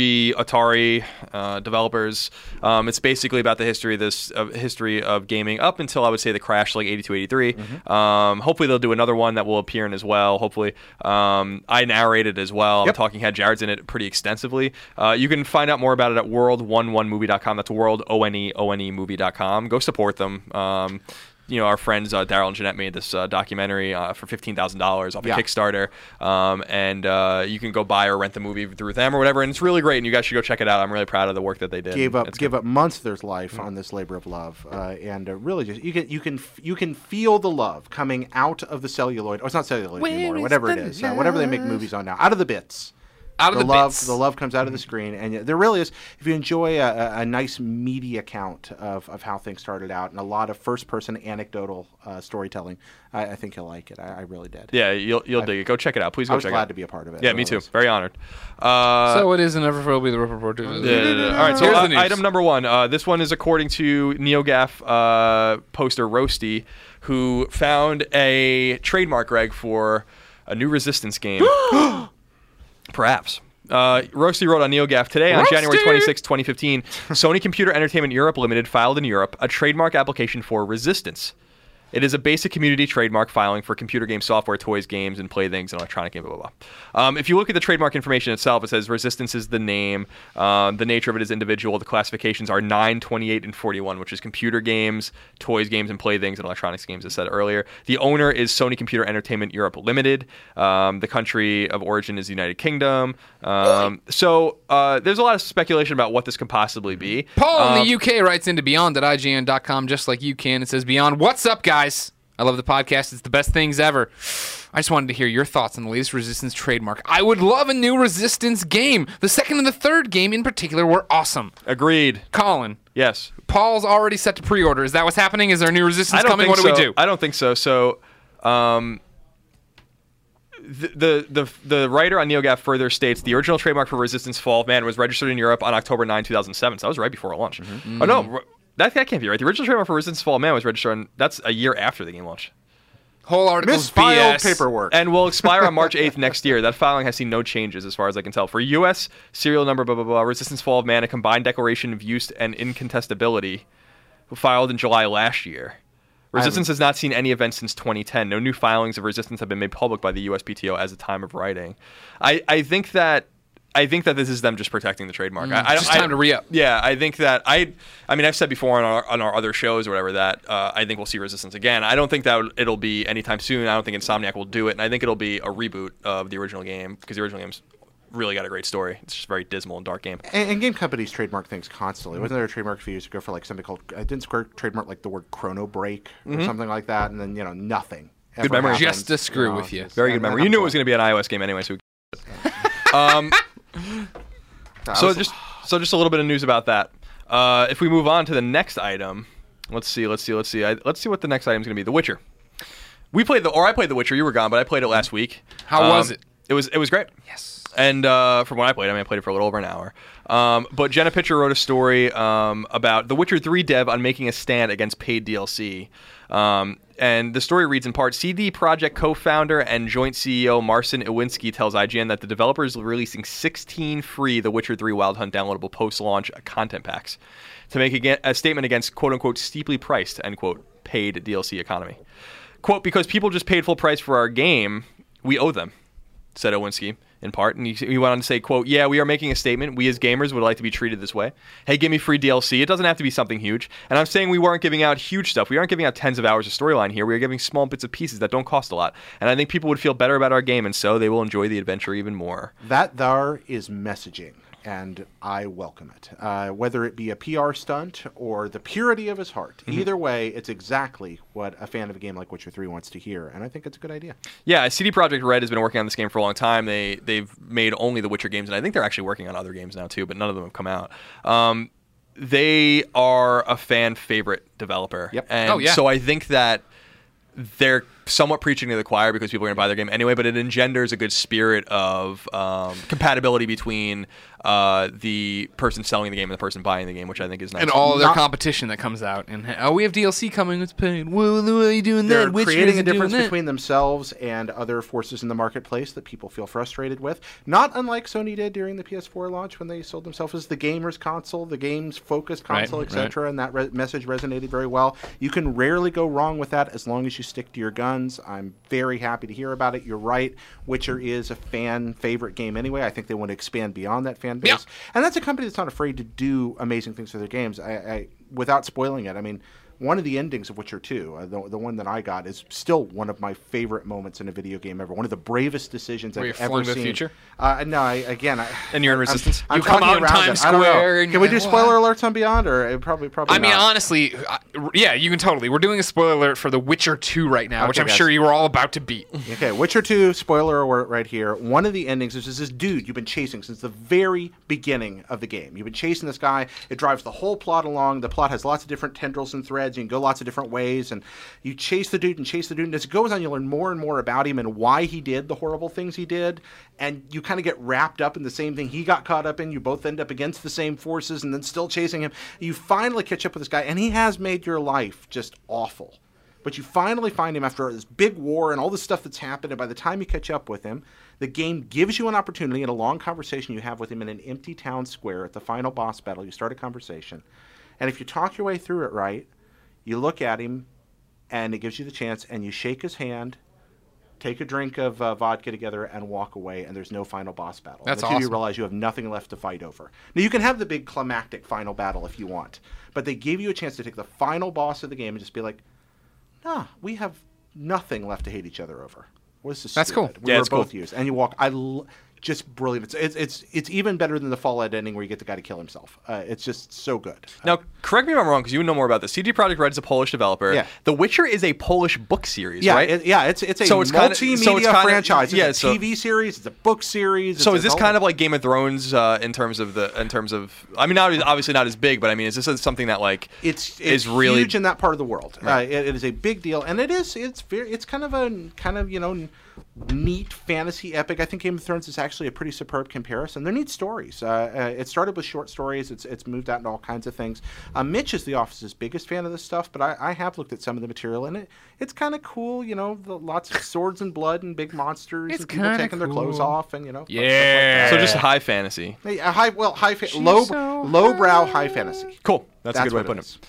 Speaker 3: Atari uh, developers. Um, it's basically about the history of this of history of gaming up until I would say the crash, like 82, 83. Um, hopefully they'll do another one that will appear in as well. Hopefully, um, I narrated as well.
Speaker 4: Yep.
Speaker 3: I'm talking head Jared's in it pretty extensively. Uh, you can find out more about it at world11movie.com. That's world o n e o n e movie.com. Go support them. Um, you know, our friends uh, Daryl and Jeanette made this uh, documentary uh, for fifteen thousand dollars off a
Speaker 4: Yeah.
Speaker 3: Kickstarter, um, and uh, you can go buy or rent the movie through them or whatever, and it's really great. And you guys should go check it out. I'm really proud of the work that they did.
Speaker 4: gave up
Speaker 3: It's
Speaker 4: give up months of their life on this labor of love, uh, and uh, really just you can you can f- you can feel the love coming out of the celluloid. Oh, it's not celluloid anymore. Whatever it is, uh, whatever they make movies on now, out of the bits.
Speaker 2: Out of the
Speaker 4: love,
Speaker 2: bits.
Speaker 4: the love comes out of
Speaker 3: Mm-hmm.
Speaker 4: the screen, and there really is. If you enjoy a, a, a nice media count of, of how things started out and a lot of first person anecdotal uh, storytelling, I, I think you'll like it. I, I really did.
Speaker 3: Yeah, you'll you'll dig it. Go check it out. Please
Speaker 4: I
Speaker 3: go
Speaker 4: was
Speaker 3: check it
Speaker 4: glad
Speaker 3: out.
Speaker 4: to be a part of it.
Speaker 3: Yeah,
Speaker 4: I
Speaker 3: me
Speaker 4: really
Speaker 3: too.
Speaker 4: was.
Speaker 3: Very honored. Uh,
Speaker 2: so it is and never will be the Ripper Report.
Speaker 4: uh,
Speaker 3: yeah, yeah, yeah. All right, so
Speaker 2: Here's
Speaker 3: uh,
Speaker 2: the news.
Speaker 3: item number one. Uh, this one is according to NeoGAF uh, poster Roasty, who found a trademark reg for a new Resistance game. Perhaps. Uh, Roasty wrote on NeoGAF today on January 26, 2015. Sony Computer Entertainment Europe Limited filed in Europe a trademark application for Resistance. It is a basic community trademark filing for computer game software, toys, games, and playthings, and electronic game, blah, blah, blah. Um, if you look at the trademark information itself, it says Resistance is the name. Um, the nature of it is individual. The classifications are 9, 28, and 41, which is computer games, toys, games, and playthings, and electronics games, as said earlier. The owner is Sony Computer Entertainment Europe Limited. Um, the country of origin is the United Kingdom. Um, so uh, there's a lot of speculation about what this could possibly be. Uh,
Speaker 2: Paul
Speaker 3: Um,
Speaker 2: in the UK writes into beyond at IGN.com just like you can. It says, Beyond, what's up, guys? I love the podcast. It's the best things ever. I just wanted to hear your thoughts on the latest Resistance trademark. I would love a new Resistance game. The second and the third game in particular were awesome.
Speaker 3: Agreed.
Speaker 2: Colin,
Speaker 3: Yes.
Speaker 2: Paul's already set to pre order. Is that what's happening? Is there a new Resistance coming? What do
Speaker 3: so.
Speaker 2: we do?
Speaker 3: I don't think so. So, um, the, the the the writer on NeoGAF further states the original trademark for Resistance Fall of Man was registered in Europe on October 9, 2007. So that was right before it launched.
Speaker 2: Mm-hmm.
Speaker 3: Oh no, re- that, that can't be right. The original trademark for Resistance Fall of Man was registered. On, that's a year after the game launched.
Speaker 2: Whole article's
Speaker 4: Misfiled
Speaker 2: BS.
Speaker 4: paperwork.
Speaker 3: And will expire on March 8th next year. That filing has seen no changes as far as I can tell. For U.S. serial number, blah, blah, blah, Resistance Fall of Man, a combined declaration of use and incontestability filed in July last year. Resistance has not seen any events since 2010. No new filings of Resistance have been made public by the USPTO as of time of writing. I, I think that I think that this is them just protecting the trademark. I, I,
Speaker 2: Mm, it's just
Speaker 3: I-
Speaker 2: time to re-up.
Speaker 3: Yeah, I think that I I mean I've said before on our on our other shows or whatever that uh, I think we'll see Resistance again. I don't think that it'll be anytime soon. I don't think Insomniac will do it, and I think it'll be a reboot of the original game because the original game's really got a great story. It's just a very dismal and dark game.
Speaker 4: And, and game companies trademark things constantly. Wasn't there a trademark a few years ago for like something called? Uh, didn't Square trademark like the word Chrono Break or something like that? And then you know nothing. Good
Speaker 3: Mm-hmm. memory.
Speaker 2: Just to screw with you.
Speaker 3: Very good
Speaker 2: um,
Speaker 3: memory. You knew it was going to be an iOS game anyway, so. who- um, so just so just a little bit of news about that. Uh, if we move on to the next item, let's see, let's see, let's see. I, let's see what the next item is going to be. The Witcher. We played the, or I played The Witcher. You were gone, but I played it last week. Um,
Speaker 2: How was it?
Speaker 3: It was it was great. Yes. And uh, from what I played, I mean, I played it for a little over an hour. Um, but Jenna Pitcher wrote a story um, about The Witcher 3 dev on making a stand against paid DLC. Um, and the story reads in part CD Projekt co founder and joint CEO Marcin Iwinski tells IGN that the developer is releasing 16 free The Witcher 3 Wild Hunt downloadable post launch content packs to make again, a statement against quote unquote steeply priced, end quote, paid DLC economy. Quote, because people just paid full price for our game, we owe them said Owinski in part. And he, he went on to say, quote, Yeah, we are making a statement. We as gamers would like to be treated this way. Hey, give me free DLC. It doesn't have to be something huge. And I'm saying we weren't giving out huge stuff. We aren't giving out tens of hours of storyline here. We are giving small bits of pieces that don't cost a lot. And I think people would feel better about our game, and so they will enjoy the adventure even more.
Speaker 4: That there is messaging, and I welcome it. Uh, whether it be a PR stunt or the purity of his heart,
Speaker 3: Mm-hmm.
Speaker 4: either way, it's exactly what a fan of a game like Witcher 3 wants to hear, and I think it's a good idea.
Speaker 3: Yeah, CD Projekt Red has been working on this game for a long time. They they've made only the Witcher games, and I think they're actually working on other games now too, but none of them have come out. Um, they are a fan favorite developer.
Speaker 4: Yep.
Speaker 3: And
Speaker 2: Oh, yeah.
Speaker 3: so I think that they're somewhat preaching to the choir because people are going to buy their game anyway, but it engenders a good spirit of um, compatibility between uh, the person selling the game and the person buying the game, which I think is nice.
Speaker 2: and all their
Speaker 4: Not-
Speaker 2: competition that comes out. And oh, we have DLC coming. It's paid. Whoa, whoa, are you doing
Speaker 4: They're
Speaker 2: that? Witcher
Speaker 4: creating a
Speaker 2: isn't
Speaker 4: difference
Speaker 2: doing that.
Speaker 4: between themselves and other forces in the marketplace that people feel frustrated with. Not unlike Sony did during the PS4 launch when they sold themselves as the gamers console, the games focused
Speaker 2: Right,
Speaker 4: console,
Speaker 2: right.
Speaker 4: etc. And that re- message resonated very well. You can rarely go wrong with that as long as you stick to your guns. I'm very happy to hear about it. You're right. Witcher is a fan favorite game anyway. I think they want to expand beyond that fan base,
Speaker 2: Yeah.
Speaker 4: and that's a company that's not afraid to do amazing things for their games. I, I without spoiling it, I mean. one of the endings of Witcher 2, uh, the, the one that I got, is still one of my favorite moments in a video game ever. One of the bravest decisions
Speaker 2: Were you
Speaker 4: I've ever
Speaker 2: flung to the
Speaker 4: seen.
Speaker 2: future?
Speaker 4: Uh, no, I, again, I,
Speaker 3: And you're in
Speaker 4: I'm-
Speaker 3: Resistance?
Speaker 4: I'm
Speaker 2: You come
Speaker 4: talking
Speaker 2: out in
Speaker 4: around
Speaker 2: Times
Speaker 4: it. I don't know.
Speaker 2: Square and
Speaker 4: Can
Speaker 2: you're
Speaker 4: we do
Speaker 2: like,
Speaker 4: spoiler alerts on Beyond? Or uh, probably, probably.
Speaker 2: I mean,
Speaker 4: not.
Speaker 2: honestly, I, yeah, you can totally. We're doing a spoiler alert for The Witcher 2 right now, which
Speaker 4: Okay,
Speaker 2: I'm
Speaker 4: guys.
Speaker 2: sure you were all about to beat.
Speaker 4: Okay, Witcher 2, spoiler alert right here. One of the endings is just this dude you've been chasing since the very beginning of the game. You've been chasing this guy. It drives the whole plot along. The plot has lots of different tendrils and threads. You can go lots of different ways. And you chase the dude and chase the dude. And as it goes on, you learn more and more about him and why he did the horrible things he did. And you kind of get wrapped up in the same thing he got caught up in. You both end up against the same forces and then still chasing him. You finally catch up with this guy. And he has made your life just awful. But you finally find him after this big war and all this stuff that's happened. And by the time you catch up with him, the game gives you an opportunity in a long conversation you have with him in an empty town square at the final boss battle. You start a conversation. And if you talk your way through it right, you look at him and it gives you the chance and you shake his hand, take a drink of uh, vodka together, and walk away. And there's no final boss battle.
Speaker 2: That's
Speaker 4: Until you
Speaker 2: awesome.
Speaker 4: realize you have nothing left to fight over. Now you can have the big climactic final battle if you want, but they gave you a chance to take the final boss of the game and just be like, Nah, Ah, we have nothing left to hate each other over. What is this?
Speaker 2: That's cool.
Speaker 4: stupid? We
Speaker 3: Yeah,
Speaker 4: were
Speaker 3: it's cool.
Speaker 4: both used, and you walk. I l- just brilliant. It's, it's it's it's even better than the Fallout ending where you get the guy to kill himself. Uh, it's just so good. Uh,
Speaker 3: Now, correct me if I'm wrong, because you know more about this. CD Projekt Red's a Polish developer.
Speaker 4: Yeah.
Speaker 3: The Witcher is a Polish book series,
Speaker 4: yeah,
Speaker 3: right?
Speaker 4: it- yeah. It's it's a
Speaker 3: So it's kinda- so
Speaker 4: multimedia
Speaker 3: it's kinda-
Speaker 4: franchise. It's
Speaker 3: yeah,
Speaker 4: a
Speaker 3: so-
Speaker 4: TV series. It's a book series.
Speaker 3: so
Speaker 4: it's
Speaker 3: is
Speaker 4: a
Speaker 3: this
Speaker 4: whole-
Speaker 3: kind of like Game of Thrones uh, in terms of the in terms of? I mean, not obviously not as big, but I mean, is this something that like
Speaker 4: it's, it's
Speaker 3: is really
Speaker 4: huge in that part of the world. Uh, it- it is a big deal, and it is it's very it's kind of a kind of you know n- neat fantasy epic. I think Game of Thrones is actually a pretty superb comparison. They're neat stories. Uh, uh, it started with short stories. It's it's moved out into all kinds of things. Uh, Mitch is the office's biggest fan of this stuff, but I, I have looked at some of the material, and it it's kind of cool. You know, the, lots of swords and blood and big monsters
Speaker 2: It's
Speaker 4: and people
Speaker 2: kinda
Speaker 4: taking their clothes
Speaker 2: cool.
Speaker 4: off, and you know, fun stuff like that.
Speaker 2: Yeah.
Speaker 3: so just high fantasy.
Speaker 4: Hey, a high well high fa- low
Speaker 2: so
Speaker 4: lowbrow high fantasy.
Speaker 3: Cool. That's, a good way
Speaker 4: what
Speaker 3: of putting
Speaker 4: is.
Speaker 3: it.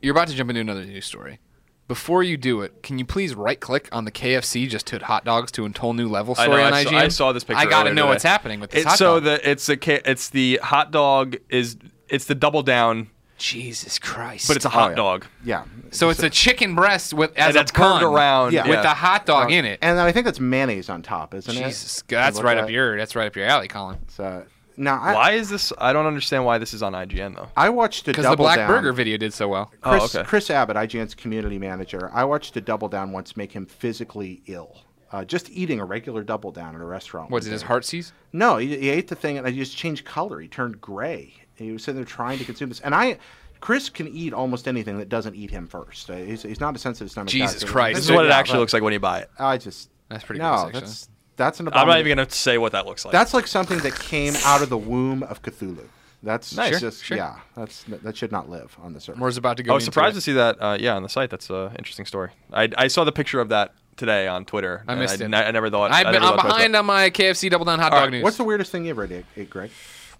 Speaker 2: You're about to jump into another news story. Before you do it, can you please right click on the KFC just to hot dogs to a whole new level
Speaker 3: I know,
Speaker 2: story on
Speaker 3: I saw-
Speaker 2: IGN?
Speaker 3: I saw this picture.
Speaker 2: I gotta
Speaker 3: earlier
Speaker 2: know
Speaker 3: today.
Speaker 2: what's happening with this
Speaker 3: It's-
Speaker 2: hot
Speaker 3: so
Speaker 2: dog.
Speaker 3: the it's the ca- it's the hot dog is it's the double down,
Speaker 2: Jesus Christ!
Speaker 3: but it's a hot
Speaker 4: yeah.
Speaker 3: dog.
Speaker 4: Yeah.
Speaker 2: so it's a chicken breast with Oh, as
Speaker 3: And that's
Speaker 2: a pun
Speaker 3: curved around Oh.
Speaker 4: Yeah.
Speaker 2: with
Speaker 3: yeah.
Speaker 2: a hot dog in it.
Speaker 4: Oh, And I think that's mayonnaise on top, isn't it?
Speaker 2: Jesus, that's
Speaker 4: Look
Speaker 2: right
Speaker 4: at
Speaker 2: up
Speaker 4: it.
Speaker 2: your that's right up your alley, Colin.
Speaker 4: So now I,
Speaker 3: Why is this? I don't understand why this is on IGN though.
Speaker 4: I watched a
Speaker 2: Because
Speaker 4: double
Speaker 2: the Black
Speaker 4: down.
Speaker 2: Burger video did so well.
Speaker 3: Oh,
Speaker 4: Chris,
Speaker 3: okay.
Speaker 4: Chris Abbott, IGN's community manager, I watched a double down once make him physically ill. Uh, just eating a regular double down at a restaurant.
Speaker 2: What
Speaker 4: one
Speaker 2: did his
Speaker 4: day.
Speaker 2: heart seize?
Speaker 4: No, he, he ate the thing and it just changed color. He turned gray. He was sitting there trying to consume this. And I, Chris can eat almost anything that doesn't eat him first. Uh, he's, he's not a sensitive stomach.
Speaker 2: Jesus
Speaker 4: guy.
Speaker 2: Christ.
Speaker 3: This is what it
Speaker 2: Yeah,
Speaker 3: actually looks like when you buy it. Um,
Speaker 4: I just.
Speaker 2: That's pretty
Speaker 4: no,
Speaker 2: gross, actually.
Speaker 4: That's, that's an
Speaker 3: I'm not
Speaker 4: abomin-
Speaker 3: even gonna say what that looks like.
Speaker 4: That's like something that came out of the womb of Cthulhu. That's
Speaker 3: Nice. Sure,
Speaker 4: just
Speaker 2: sure.
Speaker 4: yeah. That's that should not live on this earth.
Speaker 2: Moore's about to go.
Speaker 3: I was
Speaker 2: into
Speaker 3: surprised
Speaker 2: it.
Speaker 3: to see that. Uh, yeah, on the site. That's an interesting story. I, I saw the picture of that today on Twitter.
Speaker 2: I
Speaker 3: and
Speaker 2: missed
Speaker 3: I,
Speaker 2: it.
Speaker 3: ne- I never thought.
Speaker 2: I've
Speaker 3: I
Speaker 2: been,
Speaker 3: never
Speaker 2: I'm
Speaker 3: thought twice
Speaker 2: behind
Speaker 3: about
Speaker 2: on my KFC double down hot
Speaker 3: All
Speaker 2: dog
Speaker 3: right,
Speaker 2: news.
Speaker 4: What's the weirdest thing you ever did, ate, Greg?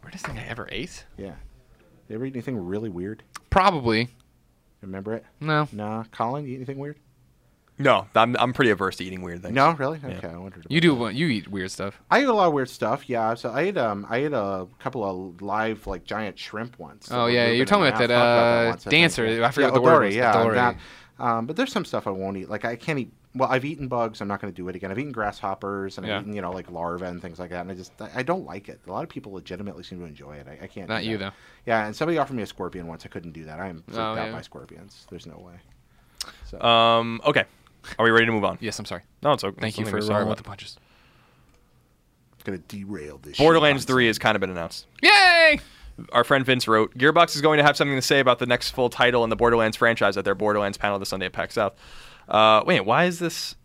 Speaker 2: weirdest thing I ever ate?
Speaker 4: Yeah. You ever eat anything really weird?
Speaker 2: Probably
Speaker 4: Remember it?
Speaker 2: no.
Speaker 4: Nah. Colin, you eat anything weird?
Speaker 3: it. No, I'm, I'm pretty averse to eating weird things.
Speaker 4: No, really? Okay, I wondered.
Speaker 2: You do what- you eat weird stuff.
Speaker 4: I eat a lot of weird stuff. Yeah. So I ate um I ate a couple of live like giant shrimp once.
Speaker 2: Oh, yeah, you were talking about that, uh, dancer. I forget
Speaker 4: forget
Speaker 2: what the word was.
Speaker 4: Yeah,
Speaker 2: Odori.
Speaker 4: that. Um, but there's some stuff I won't eat. Like I can't eat. Well, I've eaten bugs. I'm not going to do it again. I've eaten grasshoppers and
Speaker 2: Yeah.
Speaker 4: I've eaten you know like larvae and things like that. And I just I don't like it. A lot of people legitimately seem to enjoy it. I, I can't.
Speaker 2: Not
Speaker 4: do
Speaker 2: you,
Speaker 4: that.
Speaker 2: though.
Speaker 4: Yeah, and somebody offered me a scorpion once. I couldn't do that. I am freaked
Speaker 2: Oh,
Speaker 4: out
Speaker 2: yeah.
Speaker 4: by scorpions. There's no way.
Speaker 3: Um. Okay. Are we ready to move on?
Speaker 2: Yes, I'm sorry.
Speaker 3: No, it's okay.
Speaker 2: Thank you
Speaker 3: Something
Speaker 2: for
Speaker 3: was
Speaker 2: sorry
Speaker 3: wrong
Speaker 2: with
Speaker 3: with
Speaker 2: the
Speaker 3: it.
Speaker 2: punches.
Speaker 4: It's going to derail this. shit
Speaker 3: Borderlands
Speaker 4: on
Speaker 3: 3 has kind of been announced.
Speaker 2: Yay!
Speaker 3: Our friend Vince wrote, Gearbox is going to have something to say about the next full title in the Borderlands franchise at their Borderlands panel this Sunday at PAX South. Uh, wait, why is this?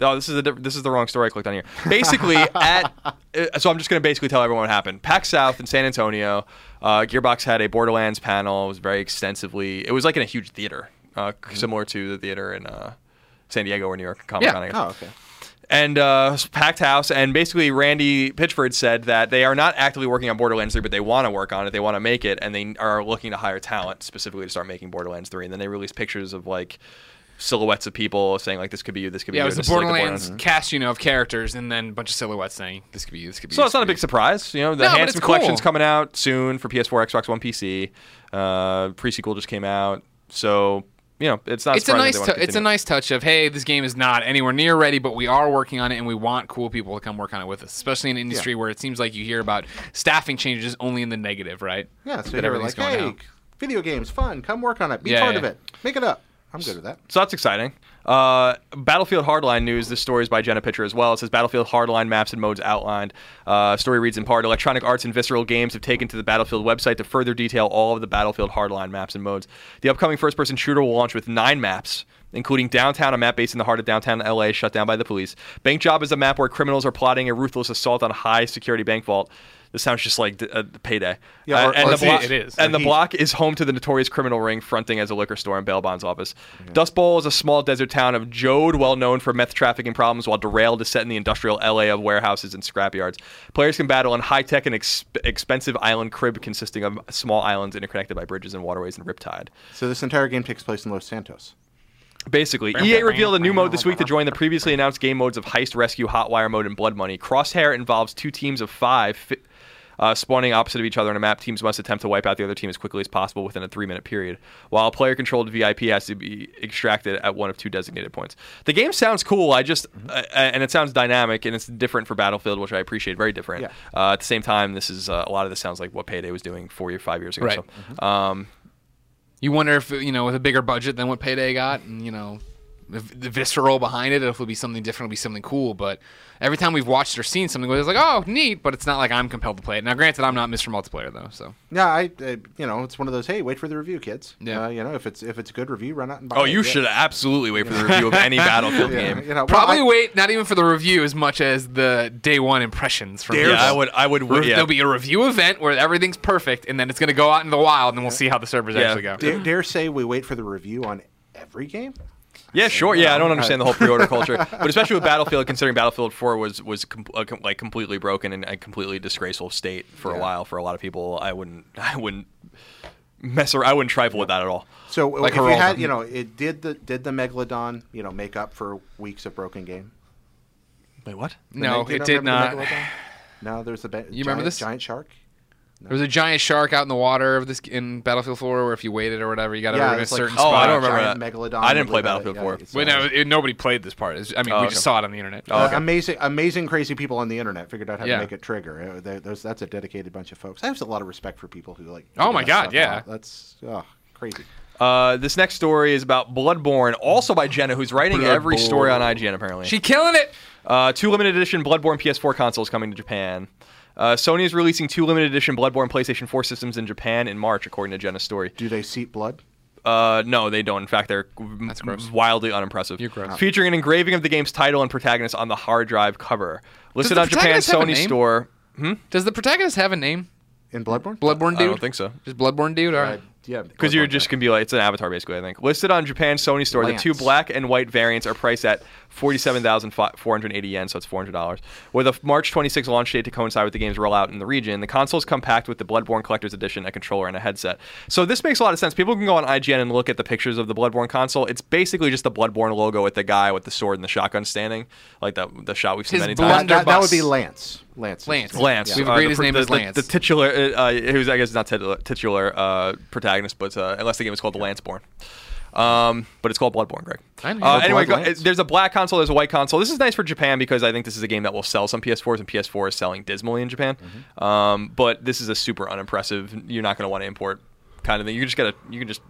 Speaker 3: Oh, this is a diff- this is the wrong story I clicked on here. Basically, at uh, so I'm just going to basically tell everyone what happened. PAX South in San Antonio, uh, Gearbox had a Borderlands panel. It was very extensively. It was like in a huge theater, uh, similar to the theater in uh, San Diego or New York Comic Con.
Speaker 2: Yeah.
Speaker 3: I guess
Speaker 4: Oh, okay.
Speaker 3: and uh, packed house. And basically, Randy Pitchford said that they are not actively working on Borderlands 3, but they want to work on it. They want to make it, and they are looking to hire talent specifically to start making Borderlands 3. And then they released pictures of like silhouettes of people saying like, "This could be you. This could be
Speaker 2: Yeah, it was
Speaker 3: you."
Speaker 2: the
Speaker 3: this is, like,
Speaker 2: Borderlands cast, you know, of characters, and then a bunch of silhouettes saying, "This could be you. This could be."
Speaker 3: So
Speaker 2: you,
Speaker 3: it's not a big
Speaker 2: this could
Speaker 3: surprise, you know. The
Speaker 2: No, but
Speaker 3: Handsome
Speaker 2: it's cool.
Speaker 3: Collection's coming out soon for PS4, Xbox One, PC. Uh, Pre sequel just came out. So you know, it's not.
Speaker 2: it's a
Speaker 3: surprising
Speaker 2: nice
Speaker 3: they
Speaker 2: tou- it's
Speaker 3: wanna
Speaker 2: a
Speaker 3: continue.
Speaker 2: nice touch of hey this game is not anywhere near ready but we are working on it and we want cool people to come work on it with us especially in an industry where it seems like you hear about staffing changes only in the negative right
Speaker 4: Yeah, so
Speaker 2: That
Speaker 4: you're
Speaker 2: everything's
Speaker 4: like,
Speaker 2: going
Speaker 4: hey,
Speaker 2: down.
Speaker 4: video games, fun. Come work on it. Be
Speaker 2: Yeah,
Speaker 4: part
Speaker 2: yeah.
Speaker 4: of it. Make it up. I'm good with that.
Speaker 3: So that's exciting. Uh, Battlefield Hardline news. This story is by Jenna Pitcher as well. It says Battlefield Hardline maps and modes outlined. Uh, story reads in part Electronic Arts and Visceral Games have taken to the Battlefield website to further detail all of the Battlefield Hardline maps and modes. The upcoming first person shooter will launch with nine maps. Including downtown, a map based in the heart of downtown LA, shut down by the police. Bank Job is a map where criminals are plotting a ruthless assault on a high security bank vault. This sounds just like d- uh, payday.
Speaker 4: Yeah, or-
Speaker 3: and
Speaker 4: or
Speaker 3: the
Speaker 4: Heat.
Speaker 3: block-
Speaker 2: It is.
Speaker 3: And the
Speaker 4: Heat.
Speaker 3: block. Block is home to the notorious criminal ring fronting as a liquor store and bail bonds office. Dust Bowl is a small desert town of Jode, well known for meth trafficking problems, while Derailed is set in the industrial LA of warehouses and scrapyards. Players can battle in high tech and ex- expensive island crib consisting of small islands interconnected by bridges and waterways and riptide.
Speaker 4: So this entire game takes place in Los Santos.
Speaker 3: Basically, EA revealed a new mode this week to join the previously announced game modes of Heist, Rescue, Hotwire mode, and Blood Money. Crosshair involves two teams of five. Fi- uh, spawning opposite of each other on a map, teams must attempt to wipe out the other team as quickly as possible within a three-minute period. While a player-controlled VIP has to be extracted at one of two designated points. The game sounds cool. I just
Speaker 4: Mm-hmm.
Speaker 3: uh, and it sounds dynamic and it's different for Battlefield, which I appreciate. Very different.
Speaker 4: Yeah.
Speaker 3: Uh, at the same time, this is uh, a lot of this sounds like what Payday was doing four or five years ago.
Speaker 2: Right.
Speaker 3: So,
Speaker 4: Mm-hmm.
Speaker 3: um,
Speaker 2: you wonder if you know with a bigger budget than what payday got and you know the, the visceral behind it if it'll be something different it'll be something cool but every time we've watched or seen something it's like oh neat but it's not like i'm compelled to play it now granted i'm not mr multiplayer though so
Speaker 4: Yeah, I, I, you know, it's one of those. Hey, wait for the review, kids.
Speaker 2: Yeah.
Speaker 4: Uh, you know, if it's if it's a good review, run out and buy.
Speaker 3: oh,
Speaker 4: it.
Speaker 3: you
Speaker 4: Yeah.
Speaker 3: should absolutely wait for the review of any Battlefield
Speaker 4: Yeah,
Speaker 3: game.
Speaker 4: you know, well,
Speaker 2: probably
Speaker 4: I-
Speaker 2: wait not even for the review as much as the day one impressions from
Speaker 3: Yeah,
Speaker 2: people.
Speaker 3: I would. I would.
Speaker 2: Re-
Speaker 3: yeah.
Speaker 2: There'll be a review event where everything's perfect, and then it's going to go out in the wild, and we'll see how the servers
Speaker 3: Yeah.
Speaker 2: actually go.
Speaker 4: dare, dare say we wait for the review on every game.
Speaker 3: Yeah, sure. Yeah, I don't understand the whole pre-order culture, but especially with Battlefield, considering Battlefield Four was was com- uh, com- like completely broken and a completely disgraceful state for a while for a lot of people. I wouldn't. I wouldn't mess around. I wouldn't trifle with that at all.
Speaker 4: So
Speaker 2: Like
Speaker 4: if you
Speaker 2: Geraldo.
Speaker 4: had, you know, it did the did the Megalodon, you know, make up for weeks of broken game?
Speaker 3: Wait, what?
Speaker 4: The
Speaker 2: No,
Speaker 4: Meg- you
Speaker 2: it
Speaker 4: don't
Speaker 2: did
Speaker 4: remember the
Speaker 2: not.
Speaker 4: Megalodon? No, there's a ba- you
Speaker 2: remember this?
Speaker 4: giant shark.
Speaker 2: There was a giant shark out in the water of this in Battlefield 4, where if you waited or whatever, you got
Speaker 4: Yeah,
Speaker 2: to in a
Speaker 4: it's like-
Speaker 2: certain
Speaker 3: Oh, I
Speaker 2: spot.
Speaker 3: don't remember
Speaker 4: Giant
Speaker 3: that.
Speaker 4: Megalodon
Speaker 3: I didn't
Speaker 4: would
Speaker 3: play
Speaker 4: live out of it.
Speaker 3: Battlefield
Speaker 4: Yeah,
Speaker 3: Four.
Speaker 4: it's-
Speaker 2: Wait, no, it- nobody played this part. It's- I mean,
Speaker 3: Oh,
Speaker 2: we
Speaker 3: okay.
Speaker 2: just saw it on the internet. Um,
Speaker 3: Oh, okay.
Speaker 4: Uh, amazing, amazing, crazy people on the internet figured out how
Speaker 2: Yeah.
Speaker 4: to make it trigger. Uh, they- those- that's a dedicated bunch of folks. I have a lot of respect for people who like.
Speaker 2: Oh
Speaker 4: figure
Speaker 2: my
Speaker 4: that
Speaker 2: God,
Speaker 4: stuff
Speaker 2: yeah.
Speaker 4: out. that's oh, crazy.
Speaker 3: Uh, this next story is about Bloodborne, also by Jenna, who's writing every story on IGN apparently.
Speaker 2: She killing it.
Speaker 3: Uh, two limited edition Bloodborne PS4 consoles coming to Japan. Uh, Sony is releasing two limited edition Bloodborne PlayStation 4 systems in Japan in March, according to Jenna's story.
Speaker 4: Do they seep blood?
Speaker 3: Uh, no, they don't. In fact, they're w-
Speaker 2: That's gross.
Speaker 3: wildly unimpressive.
Speaker 2: You're gross.
Speaker 3: Featuring an engraving of the game's title and protagonist on the hard drive cover. Listed
Speaker 2: the
Speaker 3: on Japan's
Speaker 2: protagonist have a
Speaker 3: Sony
Speaker 2: name?
Speaker 3: store.
Speaker 2: Does the protagonist have a name?
Speaker 4: In Bloodborne?
Speaker 2: Bloodborne dude.
Speaker 3: I don't think so.
Speaker 2: Just Bloodborne dude. All right.
Speaker 4: Uh, yeah,
Speaker 3: Because you're
Speaker 4: Bloodborne,
Speaker 3: just
Speaker 4: yeah.
Speaker 3: gonna be like it's an avatar basically. I think listed on Japan's Sony store, the two
Speaker 4: Lance.
Speaker 3: black and white variants are priced at forty-seven thousand four hundred eighty yen, so it's four hundred dollars. With a March 26 launch date to coincide with the game's rollout in the region, the consoles come packed with the Bloodborne Collector's Edition, a controller, and a headset. So this makes a lot of sense. People can go on IGN and look at the pictures of the Bloodborne console. It's basically just the Bloodborne logo with the guy with the sword and the shotgun standing, like that the shot we've seen
Speaker 2: His
Speaker 3: many
Speaker 2: blood-
Speaker 3: times.
Speaker 4: that, that, that would be
Speaker 2: Blunderbuss.
Speaker 4: Lance. Lance. is-
Speaker 2: Lance.
Speaker 3: Lance.
Speaker 2: We've
Speaker 3: uh,
Speaker 2: agreed
Speaker 3: the
Speaker 2: his
Speaker 3: pr-
Speaker 2: name
Speaker 3: the,
Speaker 2: is
Speaker 3: the-
Speaker 2: Lance.
Speaker 3: The, titular, uh, uh, who's I guess not titular, titular uh, protagonist, but uh, unless the game is called the Lanceborn. Um, but it's called Bloodborne, Greg.
Speaker 2: I know.
Speaker 3: Uh,
Speaker 2: Or
Speaker 3: anyway, go,
Speaker 4: Bloodlance.
Speaker 3: there's a black console, there's a white console. This is nice for Japan because I think this is a game that will sell some PS4s, and PS4 is selling dismally in Japan.
Speaker 2: Mm-hmm.
Speaker 3: Um, but this is a super unimpressive. You're not going to want to import kind of thing. You just got to. You can just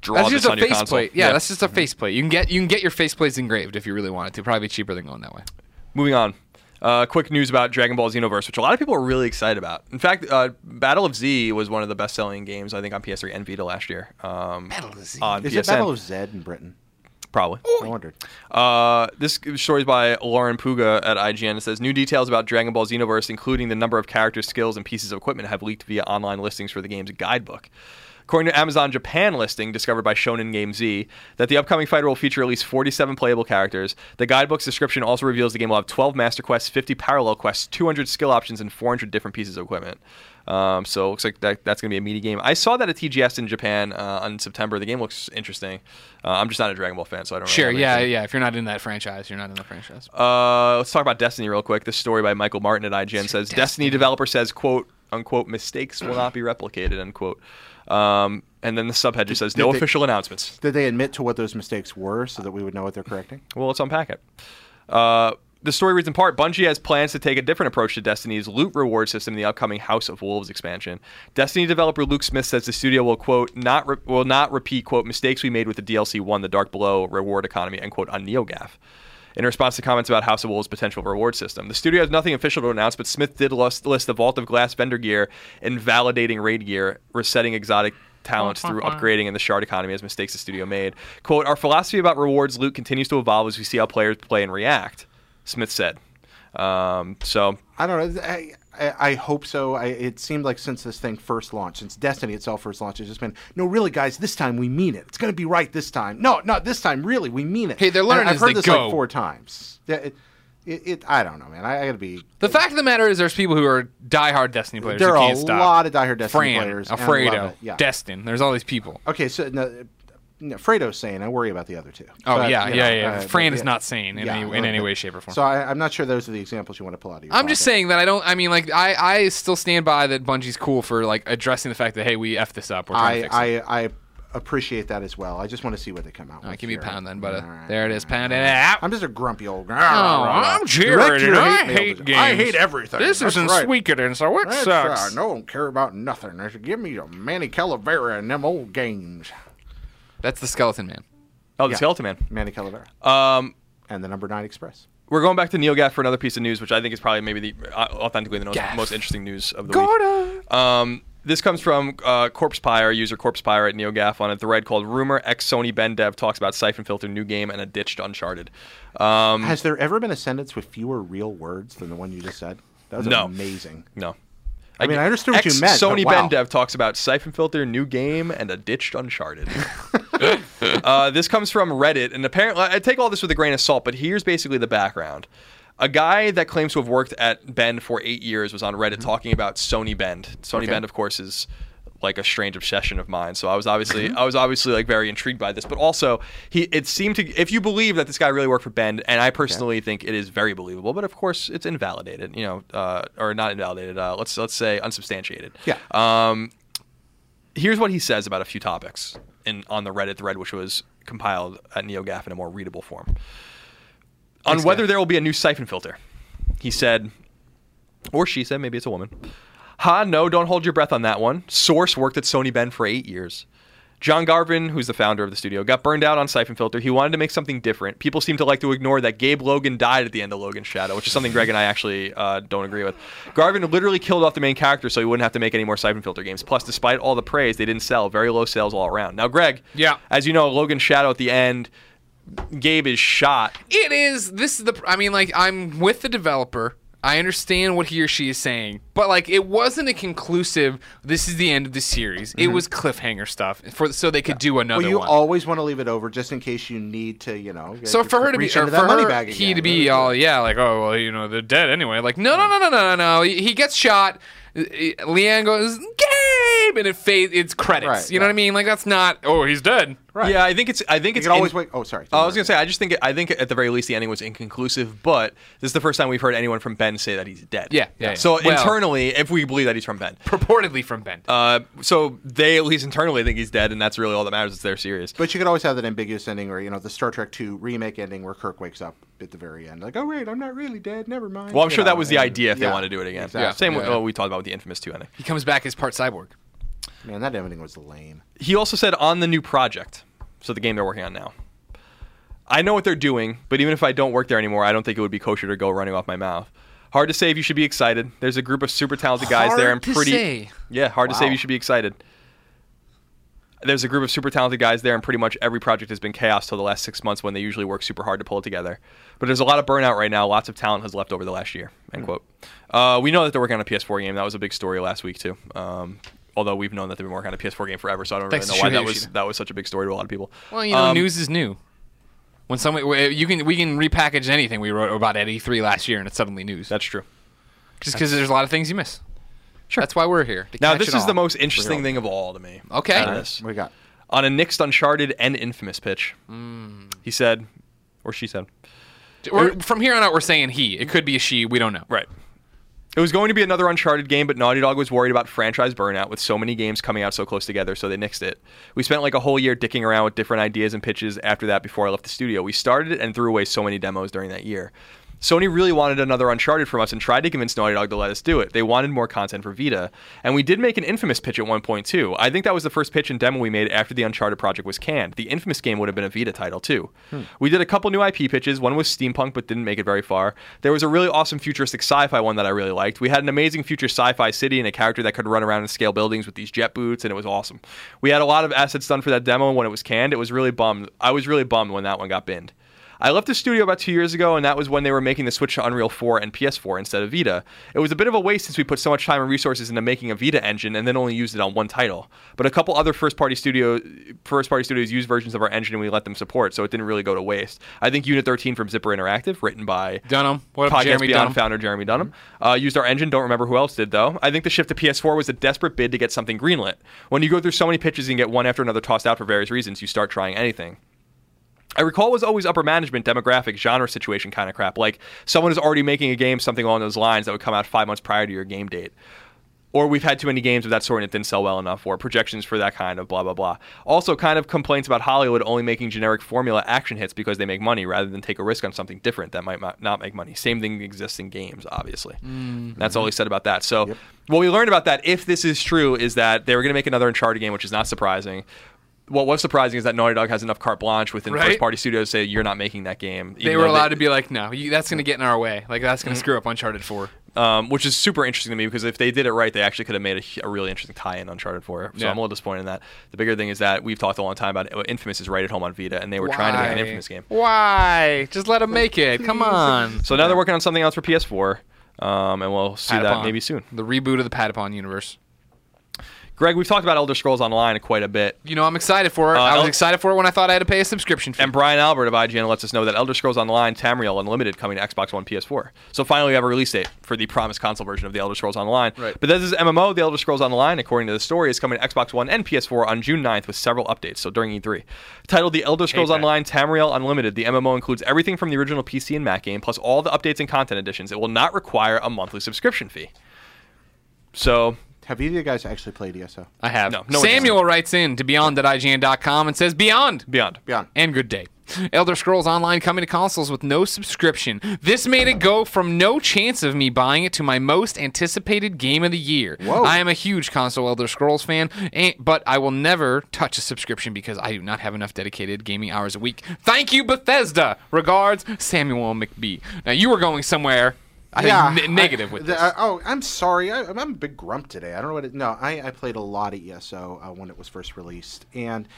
Speaker 3: draw
Speaker 2: That's
Speaker 3: this
Speaker 2: just a
Speaker 3: on your console.
Speaker 2: faceplate. Yeah, that's just a faceplate. You can get you can get your faceplates engraved if you really wanted to. Probably cheaper than going that way.
Speaker 3: Moving on. Uh, quick news about Dragon Ball Xenoverse, which a lot of people are really excited about. In fact, uh, Battle of Z was one of the best-selling games I think on PS3 and Vita last year. Um, Battle of Z on
Speaker 4: Is
Speaker 3: PSN,
Speaker 4: it Battle of Zed in Britain?
Speaker 3: probably.
Speaker 4: I wondered.
Speaker 3: Uh, this story is by Lauren Puga at IGN. It says new details about Dragon Ball Xenoverse, including the number of characters, skills, and pieces of equipment, have leaked via online listings for the game's guidebook. According to Amazon Japan listing discovered by Shonen Game Z, that the upcoming fighter will feature at least 47 playable characters. The guidebook's description also reveals the game will have 12 master quests, 50 parallel quests, 200 skill options, and 400 different pieces of equipment. Um, so it looks like that, that's going to be a meaty game. I saw that at TGS in Japan uh, in September. The game looks interesting. Uh, I'm just not a Dragon Ball fan, so I don't.
Speaker 2: Sure.
Speaker 3: Really
Speaker 2: Yeah.
Speaker 3: understand.
Speaker 2: Yeah. If you're not in that franchise, you're not in the franchise.
Speaker 3: Uh, let's talk about Destiny real quick. This story by Michael Martin at IGN says Destiny developer says quote unquote mistakes will not be replicated unquote. Um, and then the subhead just says no
Speaker 4: they-
Speaker 3: official announcements.
Speaker 4: Did they admit to what those mistakes were so that we would know what they're correcting?
Speaker 3: Well, let's unpack it. Uh, the story reads in part Bungie has plans to take a different approach to Destiny's loot reward system in the upcoming House of Wolves expansion. Destiny developer Luke Smith says the studio will quote not re- will not repeat quote mistakes we made with the DLC one The Dark Below reward economy end quote on NeoGAF. In response to comments about House of Wolves' potential reward system, the studio has nothing official to announce, but Smith did list, list the Vault of Glass vendor gear, invalidating raid gear, resetting exotic talents through upgrading in the shard economy as mistakes the studio made. Quote, our philosophy about rewards loot continues to evolve as we see how players play and react, Smith said. Um, so
Speaker 4: I don't know. I, I, I hope so. I, it seemed like since this thing first launched, since Destiny itself first launched, it's just been no, really, guys. This time we mean it. It's going to be right this time. No, not this time. Really, we mean it.
Speaker 2: Hey, they're
Speaker 4: And
Speaker 2: learning
Speaker 4: I've
Speaker 2: as
Speaker 4: heard
Speaker 2: they
Speaker 4: this
Speaker 2: go.
Speaker 4: like four times. Yeah, It, it, it, I don't know, man. I, I got to be.
Speaker 2: The fact of the matter is, there's people who are diehard Destiny players.
Speaker 4: There
Speaker 2: who
Speaker 4: are
Speaker 2: can't
Speaker 4: a
Speaker 2: stop.
Speaker 4: lot of diehard Destiny
Speaker 2: Fran,
Speaker 4: players, and I love
Speaker 2: Alfredo,
Speaker 4: it, yeah.
Speaker 2: Destin. There's all these people.
Speaker 4: Okay, so no, no, Fredo's saying I worry about the other two.
Speaker 2: Oh
Speaker 4: But,
Speaker 2: yeah,
Speaker 4: you
Speaker 2: yeah,
Speaker 4: know,
Speaker 2: yeah.
Speaker 4: uh,
Speaker 2: Fran
Speaker 4: but,
Speaker 2: is
Speaker 4: yeah.
Speaker 2: not sane in
Speaker 4: Yeah,
Speaker 2: any in any
Speaker 4: okay.
Speaker 2: way, shape, or form.
Speaker 4: So I, I'm not sure those are the examples you want to pull out of your.
Speaker 2: I'm just
Speaker 4: pocket.
Speaker 2: saying that I don't. I mean, like I, I still stand by that Bungie's cool for like addressing the fact that hey, we f this up. We're trying to
Speaker 4: I,
Speaker 2: fix it.
Speaker 4: I, I appreciate that as well. I just want to see what they come out
Speaker 2: All
Speaker 4: with.
Speaker 2: right, give me a
Speaker 4: here.
Speaker 2: pound then, buddy.
Speaker 4: All right.
Speaker 2: There it is, pound it out.
Speaker 4: I'm just a grumpy old guy.
Speaker 2: Oh, I'm Jared,
Speaker 4: Direct your
Speaker 2: and I
Speaker 4: hate mail
Speaker 2: hate
Speaker 4: to-
Speaker 2: games.
Speaker 4: I hate everything.
Speaker 2: This
Speaker 4: That's
Speaker 2: isn't
Speaker 4: right.
Speaker 2: sweeter, and so it
Speaker 4: That's
Speaker 2: sucks.
Speaker 4: right. No one care about nothing. They should give me a Manny Calavera and them old games.
Speaker 2: That's the skeleton man.
Speaker 3: Oh the skeleton man.
Speaker 4: Manny Calavera.
Speaker 3: Um
Speaker 4: and the number nine express.
Speaker 3: we're going back to NeoGAF for another piece of news, which I think is probably maybe the uh, authentically the most, most interesting news of the week. Um, this comes from uh, Corpsepire, user Corpsepire at NeoGAF on a thread called "Rumor Ex Sony Ben Dev talks about Siphon Filter new game and a ditched Uncharted." Um,
Speaker 4: Has there ever been a sentence with fewer real words than the one you just said? That was
Speaker 3: No.
Speaker 4: amazing.
Speaker 3: no,
Speaker 4: I mean, I understood what you meant, but
Speaker 3: Sony
Speaker 4: wow.
Speaker 3: Ben Dev talks about Siphon Filter new game and a ditched Uncharted. Uh, this comes from Reddit, and apparently, I take all this with a grain of salt, but here's basically the background. A guy that claims to have worked at Bend for eight years was on Reddit talking about Sony Bend. Sony Bend, of course, is like a strange obsession of mine. So I was obviously, I was obviously like very intrigued by this, but also he, it seemed to, if you believe that this guy really worked for Bend, and I personally think it is very believable, but of course it's invalidated, you know, uh, or not invalidated. Uh, let's let's say unsubstantiated
Speaker 4: Yeah.
Speaker 3: here's what he says about a few topics in on the Reddit thread, which was compiled at NeoGAF in a more readable form. On whether there will be a new siphon filter, he said, or she said, maybe it's a woman. Ha, no, don't hold your breath on that one. Source worked at Sony Ben for eight years. John Garvin, who's the founder of the studio, got burned out on Siphon Filter. He wanted to make something different. People seem to like to ignore that Gabe Logan died at the end of Logan's Shadow, which is something Greg and I actually uh, don't agree with. Garvin literally killed off the main character so he wouldn't have to make any more Siphon Filter games. Plus, despite all the praise, they didn't sell. Very low sales all around. Now, Greg,
Speaker 2: Yeah.
Speaker 3: as you know, Logan's Shadow at the end, Gabe is shot.
Speaker 2: It is. This is the. I mean, like, I'm with the developer. I understand what he or she is saying, but like, it wasn't a conclusive. This is the end of the series. It was cliffhanger stuff for so they could do another
Speaker 4: Mm-hmm. well, you
Speaker 2: one.
Speaker 4: always want to leave it over just in case you need to, you know.
Speaker 2: so for her to be,
Speaker 4: reach
Speaker 2: or
Speaker 4: into
Speaker 2: for
Speaker 4: that money
Speaker 2: her,
Speaker 4: bag
Speaker 2: he
Speaker 4: again,
Speaker 2: to be
Speaker 4: right?
Speaker 2: all, yeah, like, oh well, you know, they're dead anyway. Like, no, no, no, no, no, no, no. He he gets shot. Uh, uh, Leanne goes, Gabe, and it fades. It's credits.
Speaker 4: Right,
Speaker 2: you know
Speaker 4: yeah.
Speaker 2: what I mean? Like, that's not. Oh, he's dead.
Speaker 4: Right.
Speaker 3: Yeah, I think it's. I think
Speaker 4: You
Speaker 3: it's.
Speaker 4: can always
Speaker 3: in-
Speaker 4: wait. Oh, sorry.
Speaker 3: I was gonna say, I just think I think at the very least the ending was inconclusive, but this is the first time we've heard anyone from Ben say that he's dead.
Speaker 2: Yeah, yeah, yeah.
Speaker 3: So
Speaker 2: Well-
Speaker 3: internally, if we believe that he's from Ben,
Speaker 2: Purportedly from Ben.
Speaker 3: uh, so they at least internally think he's dead, and that's really all that matters. It's their series.
Speaker 4: But you could always have that ambiguous ending, or you know, the Star Trek Two remake ending where Kirk wakes up at the very end, like, "Oh wait, I'm not really dead. Never mind."
Speaker 3: well, I'm
Speaker 4: you
Speaker 3: sure
Speaker 4: know,
Speaker 3: that was the
Speaker 4: and-
Speaker 3: idea if they
Speaker 4: yeah,
Speaker 3: want to do it again.
Speaker 4: Exactly.
Speaker 3: Same with
Speaker 2: Yeah, yeah.
Speaker 3: what we talked about with the Infamous Two ending.
Speaker 2: he comes back as part cyborg.
Speaker 4: Man, that ending was lame.
Speaker 3: He also said on the new project, so the game they're working on now. I know what they're doing, but even if I don't work there anymore, I don't think it would be kosher to go running off my mouth. Hard to say if you should be excited. There's a group of super talented guys there
Speaker 2: Hard to
Speaker 3: and pretty
Speaker 2: say.
Speaker 3: Yeah, hard to say
Speaker 4: Wow.
Speaker 3: you should be excited. There's a group of super talented guys there and pretty much every project has been chaos till the last 6 months when they usually work super hard to pull it together. But there's a lot of burnout right now. Lots of talent has left over the last year.
Speaker 2: Hmm.
Speaker 3: End quote. Uh, we know that they're working on a PS4 game. That was a big story last week too. Um, although we've known that they've been working on a PS4 game forever, so I don't
Speaker 2: Thanks
Speaker 3: really
Speaker 2: to
Speaker 3: know
Speaker 2: Shuhei
Speaker 3: why that was
Speaker 2: Yoshida.
Speaker 3: that was such a big story to a lot of people.
Speaker 2: Well, you know,
Speaker 3: Um,
Speaker 2: news is new. When someone w- you can we can repackage anything we wrote about at E3 last year and it's suddenly news.
Speaker 3: That's true.
Speaker 2: just because there's a lot of things you miss.
Speaker 3: Sure.
Speaker 2: That's why we're here. to
Speaker 3: Now,
Speaker 2: catch
Speaker 3: this
Speaker 2: it
Speaker 3: is the
Speaker 2: all.
Speaker 3: most interesting thing of all to me.
Speaker 2: Okay.
Speaker 3: out of
Speaker 2: Alright.
Speaker 3: this.
Speaker 4: What we got?
Speaker 3: On a nixed Uncharted and Infamous pitch,
Speaker 2: Hmm.
Speaker 3: he said, or she said,
Speaker 2: We're- from here on out, we're saying he. It could be a she. We don't know.
Speaker 3: right. It was going to be another Uncharted game, but Naughty Dog was worried about franchise burnout with so many games coming out so close together, so they nixed it. We spent like a whole year dicking around with different ideas and pitches after that before I left the studio. We started it and threw away so many demos during that year. Sony really wanted another Uncharted from us and tried to convince Naughty Dog to let us do it. They wanted more content for Vita, and we did make an Infamous pitch at one point too. I think that was the first pitch and demo we made after the Uncharted project was canned. The Infamous game would have been a Vita title too. We did a couple new IP pitches. One was steampunk, but didn't make it very far. There was a really awesome futuristic sci-fi one that I really liked. We had an amazing future sci-fi city and a character that could run around and scale buildings with these jet boots, and it was awesome. We had a lot of assets done for that demo, and when it was canned, it was really bummed. I was really bummed when that one got binned. I left the studio about two years ago, and that was when they were making the switch to Unreal 4 and PS4 instead of Vita. It was a bit of a waste since we put so much time and resources into making a Vita engine and then only used it on one title. But a couple other first-party studio first-party studios used versions of our engine, and we let them support, so it didn't really go to waste. I think Unit 13 from Zipper Interactive, written by
Speaker 2: Dunham. What up,
Speaker 3: Podcast
Speaker 2: Jeremy
Speaker 3: Beyond
Speaker 2: Dunham? Mm-hmm.
Speaker 3: founder Jeremy Dunham. Uh, used our engine. Don't remember who else did though. I think the shift to PS4 was a desperate bid to get something greenlit. When you go through so many pitches and get one after another tossed out for various reasons, you start trying anything. I recall it was always upper management, demographic, genre situation kind of crap. Like someone is already making a game, something along those lines that would come out five months prior to your game date. Or we've had too many games of that sort and it didn't sell well enough, or projections for that kind of blah, blah, blah. Also, kind of complaints about Hollywood only making generic formula action hits because they make money rather than take a risk on something different that might mo- not make money. Same thing exists in games, obviously.
Speaker 2: Mm-hmm.
Speaker 3: That's all he said about that. So, what we learned about that, if this is true, is that they were going to make another Uncharted game, which is not surprising. What was surprising is that Naughty Dog has enough carte blanche within
Speaker 2: Right?
Speaker 3: first party studios to say you're not making that Mm. game.
Speaker 2: They were allowed to be like, no, you, that's going to get in our way. Like that's going to screw up Uncharted Four.
Speaker 3: to, um, which is super interesting to me because if they did it right, they actually could have made a, hu- a really interesting tie-in Uncharted 4. So
Speaker 2: Yeah.
Speaker 3: I'm a little disappointed in that. The bigger thing is that we've talked a long time about uh, Infamous is right at home on Vita, and they were trying to make an Infamous game.
Speaker 2: Why? Just let them make it. Come on.
Speaker 3: So now they're working on something else for PS4, um, and we'll see that
Speaker 2: Patapon.
Speaker 3: maybe soon.
Speaker 2: The reboot of the Patapon universe.
Speaker 3: Greg, we've talked about Elder Scrolls Online quite a bit.
Speaker 2: You know, I'm excited for it.
Speaker 3: Uh,
Speaker 2: I was
Speaker 3: El-
Speaker 2: excited for it when I thought I had to pay a subscription fee.
Speaker 3: And Brian Albert of IGN lets us know that Elder Scrolls Online Tamriel Unlimited coming to Xbox One, PS4. So finally, we have a release date for the promised console version of the Elder Scrolls Online.
Speaker 2: Right.
Speaker 3: But this is MMO. The Elder Scrolls Online, according to the story, is coming to Xbox One and PS4 on June 9th with several updates. So during E3, titled The Elder Scrolls
Speaker 2: that.
Speaker 3: Online Tamriel Unlimited, the MMO includes everything from the original PC and Mac game, plus all the updates and content additions. It will not require a monthly subscription fee. So
Speaker 4: Have either of you guys actually played E ESO?
Speaker 2: I have.
Speaker 3: No, no one
Speaker 2: Samuel writes in to beyond.ign.com and says, Beyond!
Speaker 3: beyond.
Speaker 4: Beyond.
Speaker 2: And good day. Elder Scrolls Online coming to consoles with no subscription. This made it go from no chance of me buying it to my most anticipated game of the year.
Speaker 4: Whoa.
Speaker 2: I am a huge console Elder Scrolls fan, and, but I will never touch a subscription because I do not have enough dedicated gaming hours a week. Thank you, Bethesda. Regards, Samuel McBee. Now, you were going somewhere, I think, ne- negative
Speaker 4: I-
Speaker 2: with
Speaker 4: the-
Speaker 2: this.
Speaker 4: uh, oh, I'm sorry. I, I'm a big grump today. I don't know what it. No, I, I played a lot of ESO uh, when it was first released, and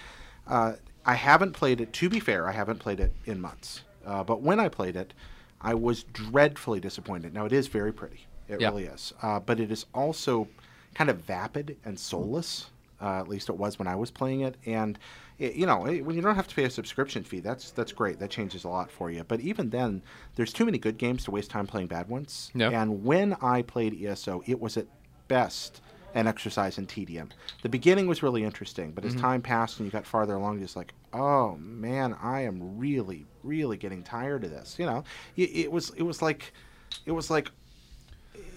Speaker 4: uh, I haven't played it. To be fair, I haven't played it in months. Uh, but when I played it, I was dreadfully disappointed. Now it is very pretty. It
Speaker 2: Yeah.
Speaker 4: really is. Uh, but it is also kind of vapid and soulless. Uh, at least it was when I was playing it, and it, you know it- when you don't have to pay a subscription fee, that's that's great. That changes a lot for you. But even then, there's too many good games to waste time playing bad ones.
Speaker 2: Yeah.
Speaker 4: And when I played ESO, it was at best an exercise in tedium. The beginning was really interesting, but as time passed and you got farther along, you're just like, oh man, I am really, really getting tired of this. You know, it, it was it was like, it was like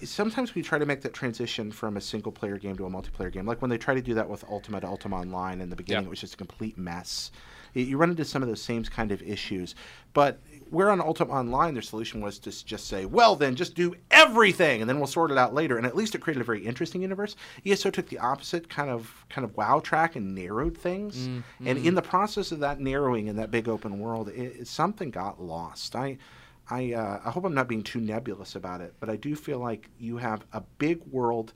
Speaker 4: sometimes we try to make that transition from a single player game to a multiplayer game. Like when they try to do that with Ultima to Ultima Online in the beginning,
Speaker 2: Yeah.
Speaker 4: it was just a complete mess. Y- You run into some of those same kind of issues. But where on Ultima Online, their solution was to s- just say, well, then just do everything and then we'll sort it out later. And at least it created a very interesting universe. ESO took the opposite kind of kind of wow track and narrowed things. And in the process of that narrowing in that big open world, it, it- something got lost. I. I, uh, I hope I'm not being too nebulous about it, but I do feel like you have a big world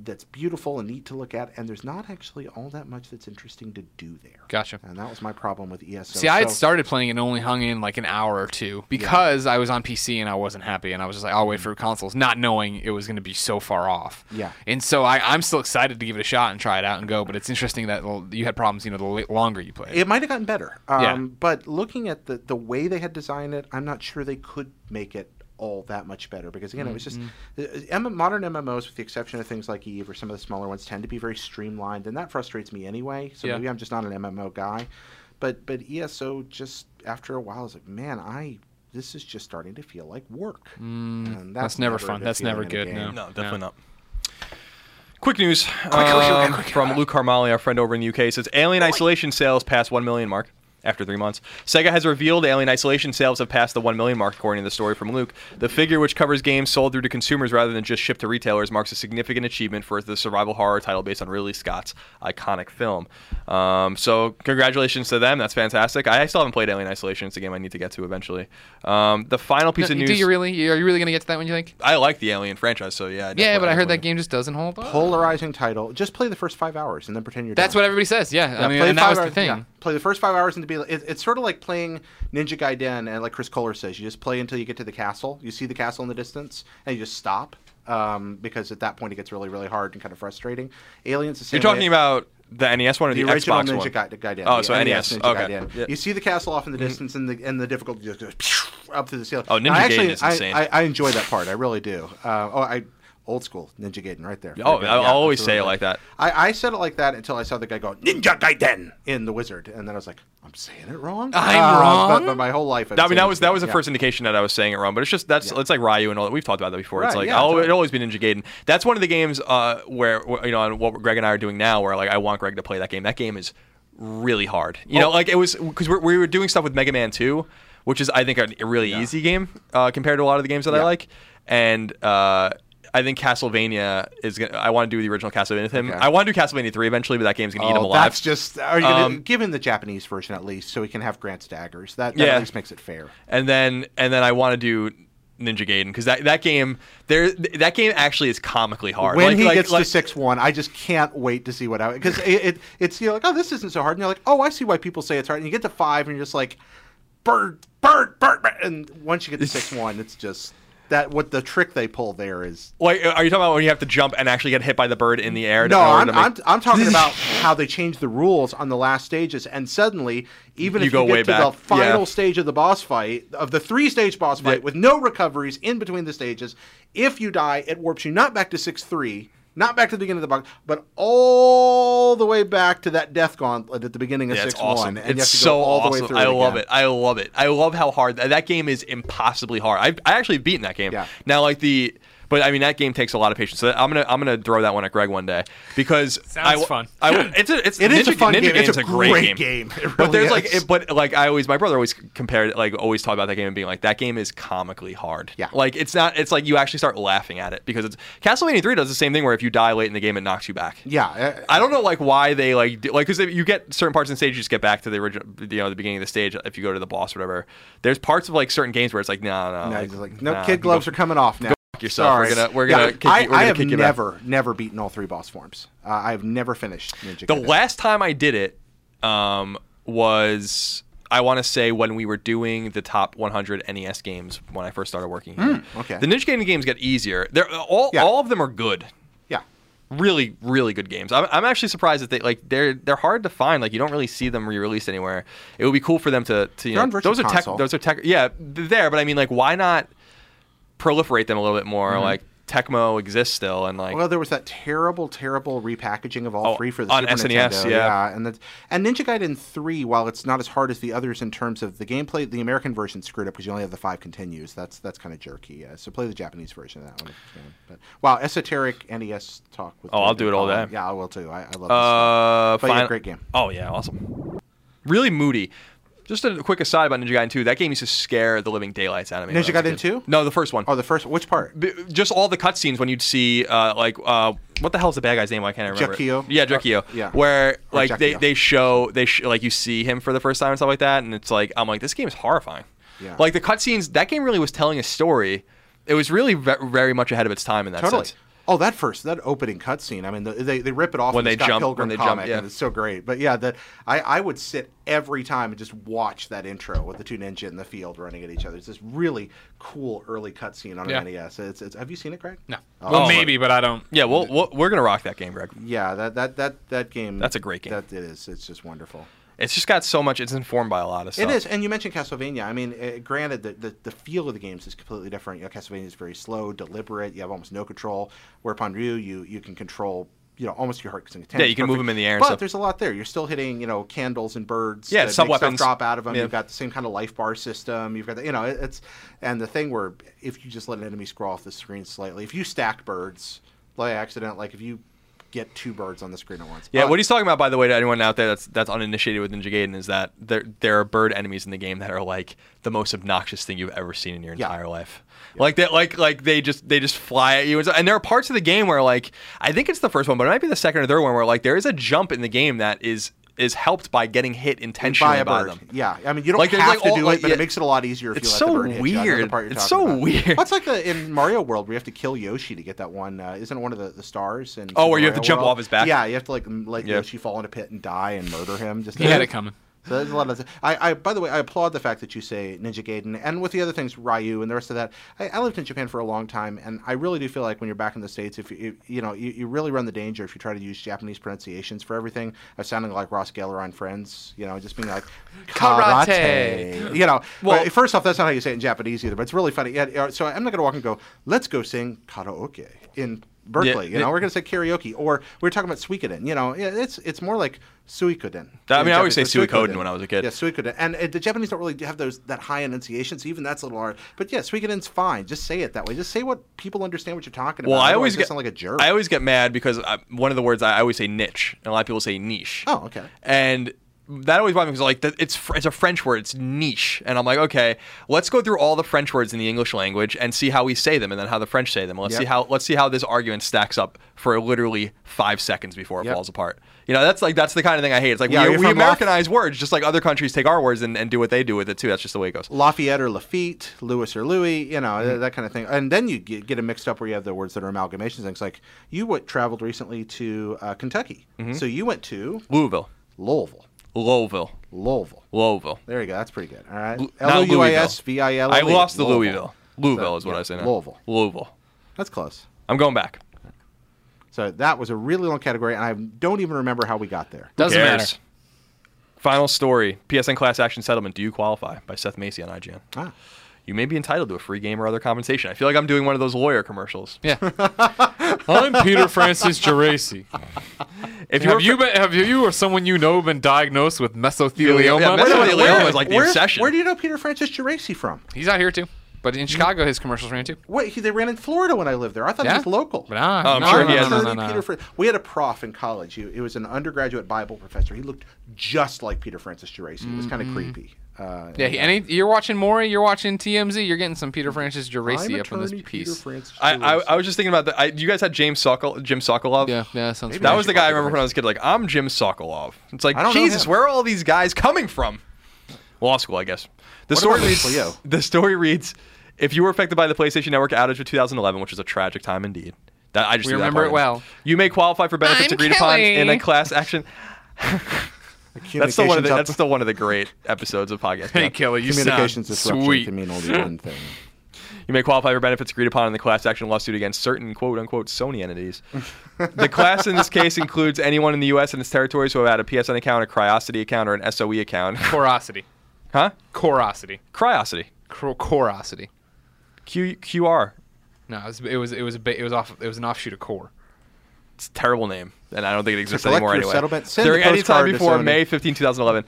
Speaker 4: that's beautiful and neat to look at, and there's not actually all that much that's interesting to do there.
Speaker 2: Gotcha.
Speaker 4: And that was my problem with ESO.
Speaker 2: See, I had
Speaker 4: So-
Speaker 2: started playing it and only hung in like an hour or two because I was on PC and I wasn't happy, and I was just like, I'll wait for consoles, not knowing it was going to be so far off.
Speaker 4: Mm. Yeah.
Speaker 2: And so I, I'm still excited to give it a shot and try it out and go. But it's interesting that l- you had problems, you know, the la- longer you played.
Speaker 4: It might have gotten better. Um,
Speaker 2: Yeah.
Speaker 4: But looking at the, the way they had designed it, I'm not sure they could make it all that much better because again, it was just the-
Speaker 2: Mm-hmm.
Speaker 4: M- modern MMOs, with the exception of things like Eve or some of the smaller ones, tend to be very streamlined, and that frustrates me anyway. So
Speaker 2: Yeah.
Speaker 4: maybe E I'm just not an MMO guy. But but ESO just after a while is like, man, I this is just starting to feel like work. and
Speaker 2: Mm, That's never
Speaker 4: a
Speaker 2: fun.
Speaker 4: good
Speaker 2: That's
Speaker 4: feeling
Speaker 2: never
Speaker 4: in a
Speaker 2: good,
Speaker 4: game.
Speaker 2: no.
Speaker 3: No, definitely not. Quick news
Speaker 2: quick,
Speaker 3: um,
Speaker 2: quick, quick.
Speaker 3: from Luke Carmali, our friend over in the UK, says Alien Isolation sales passed 1 million mark after three months. Sega has revealed Alien Isolation sales have passed the 1 million mark, according to the story from Luke. The figure, which covers games sold through to consumers rather than just shipped to retailers, marks a significant achievement for the survival horror title based on Ridley Scott's iconic film. Um, so, congratulations to them. That's fantastic. I still haven't played Alien Isolation. It's a game I need to get to eventually. Um, the final piece of news.
Speaker 2: Do you really? Are you really gonna get to that one? You think?
Speaker 3: I like the Alien franchise, so yeah.
Speaker 2: Yeah,
Speaker 3: definitely-
Speaker 2: but I heard that
Speaker 3: definitely-
Speaker 2: game just doesn't hold up.
Speaker 4: Polarizing title. Just play the first five hours and then pretend you're.
Speaker 2: That's
Speaker 4: done.
Speaker 2: what everybody says. Yeah, I mean,
Speaker 4: play
Speaker 2: and that
Speaker 4: five
Speaker 2: was the
Speaker 4: hours-
Speaker 2: thing.
Speaker 4: yeah, play the first five hours and to be. It, it's sort of like playing Ninja Gaiden, and like Chris Kohler says, you just play until you get to the castle. You see the castle in the distance, and you just stop um, because at that point it gets really, really hard and kind of frustrating. Aliens. The same
Speaker 3: You're talking
Speaker 4: way-
Speaker 3: about the NES one or the,
Speaker 4: the, original
Speaker 3: Xbox one?
Speaker 4: Ninja Gaiden. Gaiden.
Speaker 3: Oh,
Speaker 4: the
Speaker 3: so NES.
Speaker 4: Ninja
Speaker 3: Okay.
Speaker 4: Gaiden.
Speaker 3: Yeah. Mm-hmm.
Speaker 4: You see the castle off in the distance, and the and the difficulty just goes up through the ceiling.
Speaker 3: Oh, Ninja
Speaker 4: I actually,
Speaker 3: Gaiden is
Speaker 4: I-
Speaker 3: insane.
Speaker 4: I, I, enjoy that part. I really do. Uh, oh, I old school Ninja Gaiden right there.
Speaker 3: Oh,
Speaker 4: Yeah,
Speaker 3: I'll always say it
Speaker 4: absolutely.
Speaker 3: like that.
Speaker 4: I, I said it like that until I saw the guy go Ninja Gaiden in the Wizard, and then I was like, I'm saying it wrong.
Speaker 2: I'm
Speaker 4: Uh,
Speaker 2: wrong?
Speaker 4: But, but my whole life. I've
Speaker 3: I mean,
Speaker 4: seen
Speaker 3: that
Speaker 4: it.
Speaker 3: was that was the
Speaker 4: Yeah.
Speaker 3: first indication that I was saying it wrong, but it's just that's it's like Ryu and all that. We've talked about that before. it's
Speaker 4: Right,
Speaker 3: like
Speaker 4: yeah,
Speaker 3: I'll,
Speaker 4: totally.
Speaker 3: it'll always be Ninja Gaiden. That's one of the games uh, where where, you know on what Greg and I are doing now, where like I want Greg to play that game. That game is really hard. You
Speaker 4: Oh.
Speaker 3: know, like it was because we were doing stuff with Mega Man Two, which is I think a really easy game uh, compared to a lot of the games that I like, and. Uh, I think Castlevania is gonna. I want to do the original Castlevania with him.
Speaker 4: Okay.
Speaker 3: I want to do Castlevania three eventually, but that game's gonna eat him
Speaker 4: Oh,
Speaker 3: alive.
Speaker 4: that's just are you gonna,
Speaker 3: Um,
Speaker 4: give him the Japanese version at least, so he can have Grant Staggers. That, that
Speaker 3: Yeah.
Speaker 4: at least makes it fair.
Speaker 3: and then and then I want to do Ninja Gaiden because that, that game there that game actually is comically hard.
Speaker 4: When
Speaker 3: Like-
Speaker 4: he
Speaker 3: like-
Speaker 4: gets
Speaker 3: like-
Speaker 4: to six one, I just can't wait to see what happens because it, it it's you know like oh this isn't so hard, and you're like oh I see why people say it's hard, and you get to five and you're just like bird bird bird, bird. and once you get to six one, it's just that what the trick they pull there is.
Speaker 3: Wait, uh, are you talking about when you have to jump and actually get hit by the bird in the air? to-
Speaker 4: No,
Speaker 3: in order
Speaker 4: I'm,
Speaker 3: to make-
Speaker 4: I'm, I'm talking about how they change the rules on the last stages, and suddenly, even
Speaker 3: You
Speaker 4: if
Speaker 3: go
Speaker 4: you get
Speaker 3: way
Speaker 4: to
Speaker 3: back.
Speaker 4: the final
Speaker 3: Yeah.
Speaker 4: stage of the boss fight, of the three stage boss fight
Speaker 3: Yeah.
Speaker 4: with no recoveries in between the stages, if you die, it warps you not back to 6 3, not back to the beginning of the boss, but all the way back to that death gauntlet at the beginning of
Speaker 3: Yeah,
Speaker 4: 6
Speaker 3: it's awesome.
Speaker 4: 1. And you have
Speaker 3: it's
Speaker 4: to go
Speaker 3: so
Speaker 4: all the
Speaker 3: awesome.
Speaker 4: way through.
Speaker 3: I love
Speaker 4: again.
Speaker 3: it. I love it. I love how hard that, that game is. Impossibly hard. I've, I actually beaten that game.
Speaker 4: Yeah.
Speaker 3: Now, like the. But I mean that game takes a lot of patience. So I'm gonna I'm gonna throw that one at Greg one day because
Speaker 2: Sounds
Speaker 3: I w-
Speaker 2: fun.
Speaker 3: I w- it's a it's
Speaker 4: It
Speaker 3: Ninja,
Speaker 4: is a fun
Speaker 3: Ninja
Speaker 4: game.
Speaker 3: Gaiden's
Speaker 4: It's a great game. It
Speaker 3: but
Speaker 4: really
Speaker 3: there's like
Speaker 4: is.
Speaker 3: it, but like I always my brother always compared it, like always talked about that game and being like that game is comically hard.
Speaker 4: Yeah.
Speaker 3: Like it's not it's like you actually start laughing at it because it's Castlevania 3 does the same thing where if you die late in the game it knocks you back.
Speaker 4: Yeah. uh,
Speaker 3: I don't know like why they like do, like because you get certain parts in the stage you just get back to the original you know the beginning of the stage if you go to the boss or whatever. There's parts of like certain games where it's like no no,
Speaker 4: No,
Speaker 3: like,
Speaker 4: it's like, no,
Speaker 3: nah,
Speaker 4: kid
Speaker 3: go
Speaker 4: gloves are coming off now.
Speaker 3: f- yourself.
Speaker 4: Sorry.
Speaker 3: We're gonna we're
Speaker 4: Yeah,
Speaker 3: gonna kick
Speaker 4: I,
Speaker 3: you, we're
Speaker 4: I
Speaker 3: gonna
Speaker 4: have
Speaker 3: kick you back.
Speaker 4: never, never beaten all three boss forms. Uh, I've never finished Ninja
Speaker 3: The
Speaker 4: Gaiden.
Speaker 3: last time I did it um, was I want to say when we were doing the top 100 NES E games when I first started working here.
Speaker 4: Hmm, okay.
Speaker 3: The Ninja Gaiden games get easier. They're all
Speaker 4: Yeah.
Speaker 3: all of them are good.
Speaker 4: Yeah.
Speaker 3: Really, really good games. I'm, I'm actually surprised that they like they're they're hard to find. Like you don't really see them re-released anywhere. It would be cool for them to to you
Speaker 4: They're on
Speaker 3: know
Speaker 4: Virtual
Speaker 3: those are tech
Speaker 4: Console.
Speaker 3: those are tech yeah they're there. But I mean like why not proliferate them a little bit more?
Speaker 4: Mm-hmm.
Speaker 3: Like Tecmo exists still and like
Speaker 4: Well, there was that terrible, terrible repackaging of all
Speaker 3: Oh,
Speaker 4: three for the
Speaker 3: on
Speaker 4: Super
Speaker 3: SNES,
Speaker 4: Nintendo.
Speaker 3: yeah.
Speaker 4: and that's, and Ninja Gaiden three, while it's not as hard as the others in terms of the gameplay, the American version screwed up because you only have the five continues. That's that's kind of jerky. Uh, so play the Japanese version of that one. If you can. But wow, esoteric NES talk. With
Speaker 3: Oh, I'll
Speaker 4: Greg
Speaker 3: do it all
Speaker 4: McCollum.
Speaker 3: day.
Speaker 4: Yeah, I will too. I, I love. This stuff.
Speaker 3: Uh,
Speaker 4: But yeah,
Speaker 3: fin-
Speaker 4: great game.
Speaker 3: Oh yeah, awesome. Really moody. Just a quick aside about Ninja Gaiden 2. That game used to scare the living daylights out of me. when
Speaker 4: Ninja
Speaker 3: I was a
Speaker 4: Gaiden 2?
Speaker 3: kid. No, the first one.
Speaker 4: Oh, the first which part?
Speaker 3: B- just all the cutscenes when you'd see uh, like uh, what the hell's the bad guy's name? Why can't I remember? it?
Speaker 4: Jekio?
Speaker 3: Yeah, Jekio.
Speaker 4: yeah.
Speaker 3: Where
Speaker 4: Or
Speaker 3: like they,
Speaker 4: Jekio.
Speaker 3: they show they sh- like you see him for the first time and stuff like that, and it's like I'm like this game is horrifying.
Speaker 4: Yeah.
Speaker 3: Like the cutscenes, that game really was telling a story. It was really ve- very much ahead of its time in that
Speaker 4: Totally.
Speaker 3: sense.
Speaker 4: Oh, that first, that opening cutscene. I mean, the, they, they rip it off
Speaker 3: When
Speaker 4: in the
Speaker 3: they
Speaker 4: Scott
Speaker 3: jump-
Speaker 4: Pilgrim
Speaker 3: when they jump,
Speaker 4: comic,
Speaker 3: yeah.
Speaker 4: and it's so great. But yeah, that I, I would sit every time and just watch that intro with the two ninja in the field running at each other. It's this really cool early cutscene on
Speaker 2: Yeah.
Speaker 4: an NES. It's, it's, have you seen it, Greg?
Speaker 2: No.
Speaker 4: Oh,
Speaker 2: well,
Speaker 3: but-
Speaker 2: maybe, but I don't.
Speaker 3: Yeah, well, we'll we're gonna rock that game, Greg.
Speaker 4: Yeah, that that that that game.
Speaker 3: That's a great game.
Speaker 4: That it is. It's just wonderful.
Speaker 3: It's just got so much. It's informed by a lot of stuff.
Speaker 4: It is, and you mentioned Castlevania. I mean, uh, granted, the, the the feel of the games is completely different. You know, Castlevania is very slow, deliberate. You have almost no control. Whereupon Ryu, you you can control you know, almost to your heart because
Speaker 3: Yeah, you can move 'em in the air and
Speaker 4: But
Speaker 3: stuff.
Speaker 4: there's a lot there. You're still hitting, you know, candles and birds.
Speaker 3: Yeah,
Speaker 4: that
Speaker 3: sub
Speaker 4: make stuff
Speaker 3: weapons.
Speaker 4: drop out of them.
Speaker 3: Yeah.
Speaker 4: You've got the same kind of life bar system. You've got the, you know, it- it's and the thing where if you just let an enemy scroll off the screen slightly, if you stack birds by accident, like if you get two birds on the screen at once.
Speaker 3: Yeah,
Speaker 4: but-
Speaker 3: what he's talking about, by the way, to anyone out there that's that's uninitiated with Ninja Gaiden, is that there there are bird enemies in the game that are like the most obnoxious thing you've ever seen in your
Speaker 4: Yeah.
Speaker 3: entire life. Like that, like like they just they just fly at you, and, so- and there are parts of the game where like I think it's the first one, but it might be the second or third one where like there is a jump in the game that is is helped by getting hit intentionally
Speaker 4: by a
Speaker 3: by
Speaker 4: bird.
Speaker 3: them.
Speaker 4: Yeah, I mean you don't
Speaker 3: Like, there's,
Speaker 4: have
Speaker 3: like,
Speaker 4: to
Speaker 3: all-
Speaker 4: do
Speaker 3: like,
Speaker 4: it, but
Speaker 3: yeah.
Speaker 4: it makes it a lot easier. If
Speaker 3: It's
Speaker 4: you let
Speaker 3: so
Speaker 4: the bird hit you. I know the
Speaker 3: weird.
Speaker 4: part you're
Speaker 3: It's
Speaker 4: talking
Speaker 3: so
Speaker 4: about.
Speaker 3: weird.
Speaker 4: That's like the in Mario World where you have to kill Yoshi to get that one. Uh, isn't it one of the, the stars? In
Speaker 3: Oh, where
Speaker 4: Super
Speaker 3: you have to
Speaker 4: Mario
Speaker 3: jump
Speaker 4: World?
Speaker 3: off his back?
Speaker 4: Yeah, you have to like m- let
Speaker 3: Yeah.
Speaker 4: Yoshi fall in a pit and die and murder him. Just
Speaker 2: He had it coming.
Speaker 4: So there's a lot of. I, I by the way, I applaud the fact that you say Ninja Gaiden, and with the other things, Ryu and the rest of that. I, I lived in Japan for a long time, and I really do feel like when you're back in the states, if you if- you know, you, you really run the danger if you try to use Japanese pronunciations for everything of sounding like Ross Geller on Friends. You know, just being like
Speaker 2: Karate.
Speaker 4: You know,
Speaker 3: Well-
Speaker 4: well, first off, that's not how you say it in Japanese either, but it's really funny. Yeah, yeah, so I'm not going to walk and go, let's go sing karaoke in Berkeley.
Speaker 3: Yeah,
Speaker 4: you know,
Speaker 3: yeah.
Speaker 4: we're going to say karaoke, or we were talking about Suikoden. You know, yeah, it's it's more like Suikoden.
Speaker 3: That- I mean,
Speaker 4: in
Speaker 3: I always
Speaker 4: Japanese,
Speaker 3: say
Speaker 4: or
Speaker 3: Suikoden when I was a kid.
Speaker 4: Yeah, Suikoden, and uh, the Japanese don't really have those that high enunciation, so even that's a little hard. But yeah, Suikoden's fine. Just say it that way. Just say what people understand what you're talking about.
Speaker 3: Well, I
Speaker 4: Otherwise,
Speaker 3: always
Speaker 4: you
Speaker 3: get
Speaker 4: sound like a jerk.
Speaker 3: I always get mad because I, one of the words I always say niche, and a lot of people say niche.
Speaker 4: Oh, okay.
Speaker 3: And that always bothers me because like the, it's fr- it's a French word, it's niche, and I'm like, okay, let's go through all the French words in the English language and see how we say them, and then how the French say them. Let's
Speaker 4: Yep.
Speaker 3: see how let's see how this argument stacks up for literally five seconds before it
Speaker 4: Yep.
Speaker 3: falls apart. You know, that's like that's the kind of thing I hate. It's like
Speaker 4: Yeah,
Speaker 3: we,
Speaker 4: you're
Speaker 3: we
Speaker 4: from Laugh-
Speaker 3: Americanize words just like other countries take our words and, and do what they do with it too. That's just the way it goes.
Speaker 4: Lafayette or Lafitte, Lewis or Louis, you know,
Speaker 3: Hmm.
Speaker 4: th- that kind of thing. And then you get, get it mixed up where you have the words that are amalgamations. Things like you went, traveled recently to uh, Kentucky.
Speaker 3: Mm-hmm.
Speaker 4: So you went to
Speaker 3: Louisville,
Speaker 4: Louisville.
Speaker 3: Louisville,
Speaker 4: Louisville.
Speaker 3: Louisville.
Speaker 4: There you go. That's pretty good. All right.
Speaker 3: Lu-
Speaker 4: L O
Speaker 3: not
Speaker 4: U I S V I L. E.
Speaker 3: I lost the Louisville. Louisville is what
Speaker 4: yeah,
Speaker 3: I say now.
Speaker 4: Louisville.
Speaker 3: Louisville.
Speaker 4: That's close.
Speaker 3: I'm going back.
Speaker 4: So that was a really long category, and I don't even remember how we got there.
Speaker 2: Doesn't
Speaker 3: Who cares?
Speaker 2: matter.
Speaker 3: Final story. PSN Class Action Settlement. Do you qualify? By Seth Macy on IGN.
Speaker 4: Ah.
Speaker 3: You may be entitled to a free game or other compensation. I feel like I'm doing one of those lawyer commercials.
Speaker 2: Yeah. I'm Peter Francis Geraci.
Speaker 3: If
Speaker 2: Have
Speaker 3: were-
Speaker 2: you been? Have you or someone you know been diagnosed with mesothelioma?
Speaker 3: Yeah, mesothelioma Where- is like the
Speaker 4: where,
Speaker 3: obsession.
Speaker 4: Where do you know Peter Francis Geraci from?
Speaker 2: He's out here too, but in Chicago his commercials ran too.
Speaker 4: Wait, he, they ran in Florida when I lived there. I thought
Speaker 2: Yeah.
Speaker 4: he was local.
Speaker 2: Nah,
Speaker 3: Oh, I'm
Speaker 2: no,
Speaker 3: sure
Speaker 2: no,
Speaker 3: he
Speaker 2: no,
Speaker 3: has
Speaker 2: no,
Speaker 4: Attorney
Speaker 2: no, no.
Speaker 4: Peter Fran- we had a prof in college. He, it was an undergraduate Bible professor. He looked just like Peter Francis Geraci. It was kind
Speaker 3: Mm-hmm.
Speaker 4: of creepy. Uh,
Speaker 2: Yeah, he, any you're watching Maury, you're watching TMZ, you're getting some Peter Francis
Speaker 4: I'm
Speaker 2: Geraci up in this
Speaker 4: attorney Peter
Speaker 2: piece.
Speaker 4: Francis
Speaker 3: I, I,
Speaker 4: Geraci.
Speaker 3: I was just thinking about that. I- You guys had James Sokol, Jim Sokolov.
Speaker 2: Yeah, yeah, that sounds.
Speaker 4: Maybe
Speaker 3: That
Speaker 2: familiar.
Speaker 3: was the guy I remember when I was a kid. Like, I'm Jim Sokolov. It's like,
Speaker 4: I don't know
Speaker 3: Jesus,
Speaker 4: him.
Speaker 3: where are all these guys coming from? Law school, I guess. The story
Speaker 4: about
Speaker 3: reads.
Speaker 4: Miss Leo?
Speaker 3: The story reads. If you were affected by the PlayStation Network outage of 2011, which was a tragic time indeed, that I just
Speaker 2: We
Speaker 3: threw that
Speaker 2: remember
Speaker 3: part
Speaker 2: it
Speaker 3: in.
Speaker 2: well.
Speaker 3: You may qualify for benefits
Speaker 2: I'm
Speaker 3: agreed upon
Speaker 2: Kelly.
Speaker 3: in a class action. That's still one of the. That's still one of the great episodes of podcast.
Speaker 2: Hey
Speaker 3: Yeah.
Speaker 2: Kelly, you sound
Speaker 4: communications disruption
Speaker 2: sweet.
Speaker 4: can mean only one thing.
Speaker 3: You may qualify for benefits agreed upon in the class action lawsuit against certain quote unquote Sony entities. the class in this case includes anyone in the U.S. and its territories who have had a PSN account, a Cryosity account, or an SOE account.
Speaker 2: Corosity,
Speaker 3: huh?
Speaker 2: corosity,
Speaker 3: Cryosity.
Speaker 2: Cor- corosity.
Speaker 3: Q QR.
Speaker 2: No, it was it was it was, a ba- it was off it was an offshoot of core.
Speaker 3: It's a terrible name, and I don't think it exists
Speaker 4: collect
Speaker 3: anymore
Speaker 4: your
Speaker 3: anyway.
Speaker 4: settlement, send
Speaker 3: During
Speaker 4: the
Speaker 3: any
Speaker 4: postcard
Speaker 3: time
Speaker 4: to
Speaker 3: before
Speaker 4: Sony.
Speaker 3: May 15, 2011,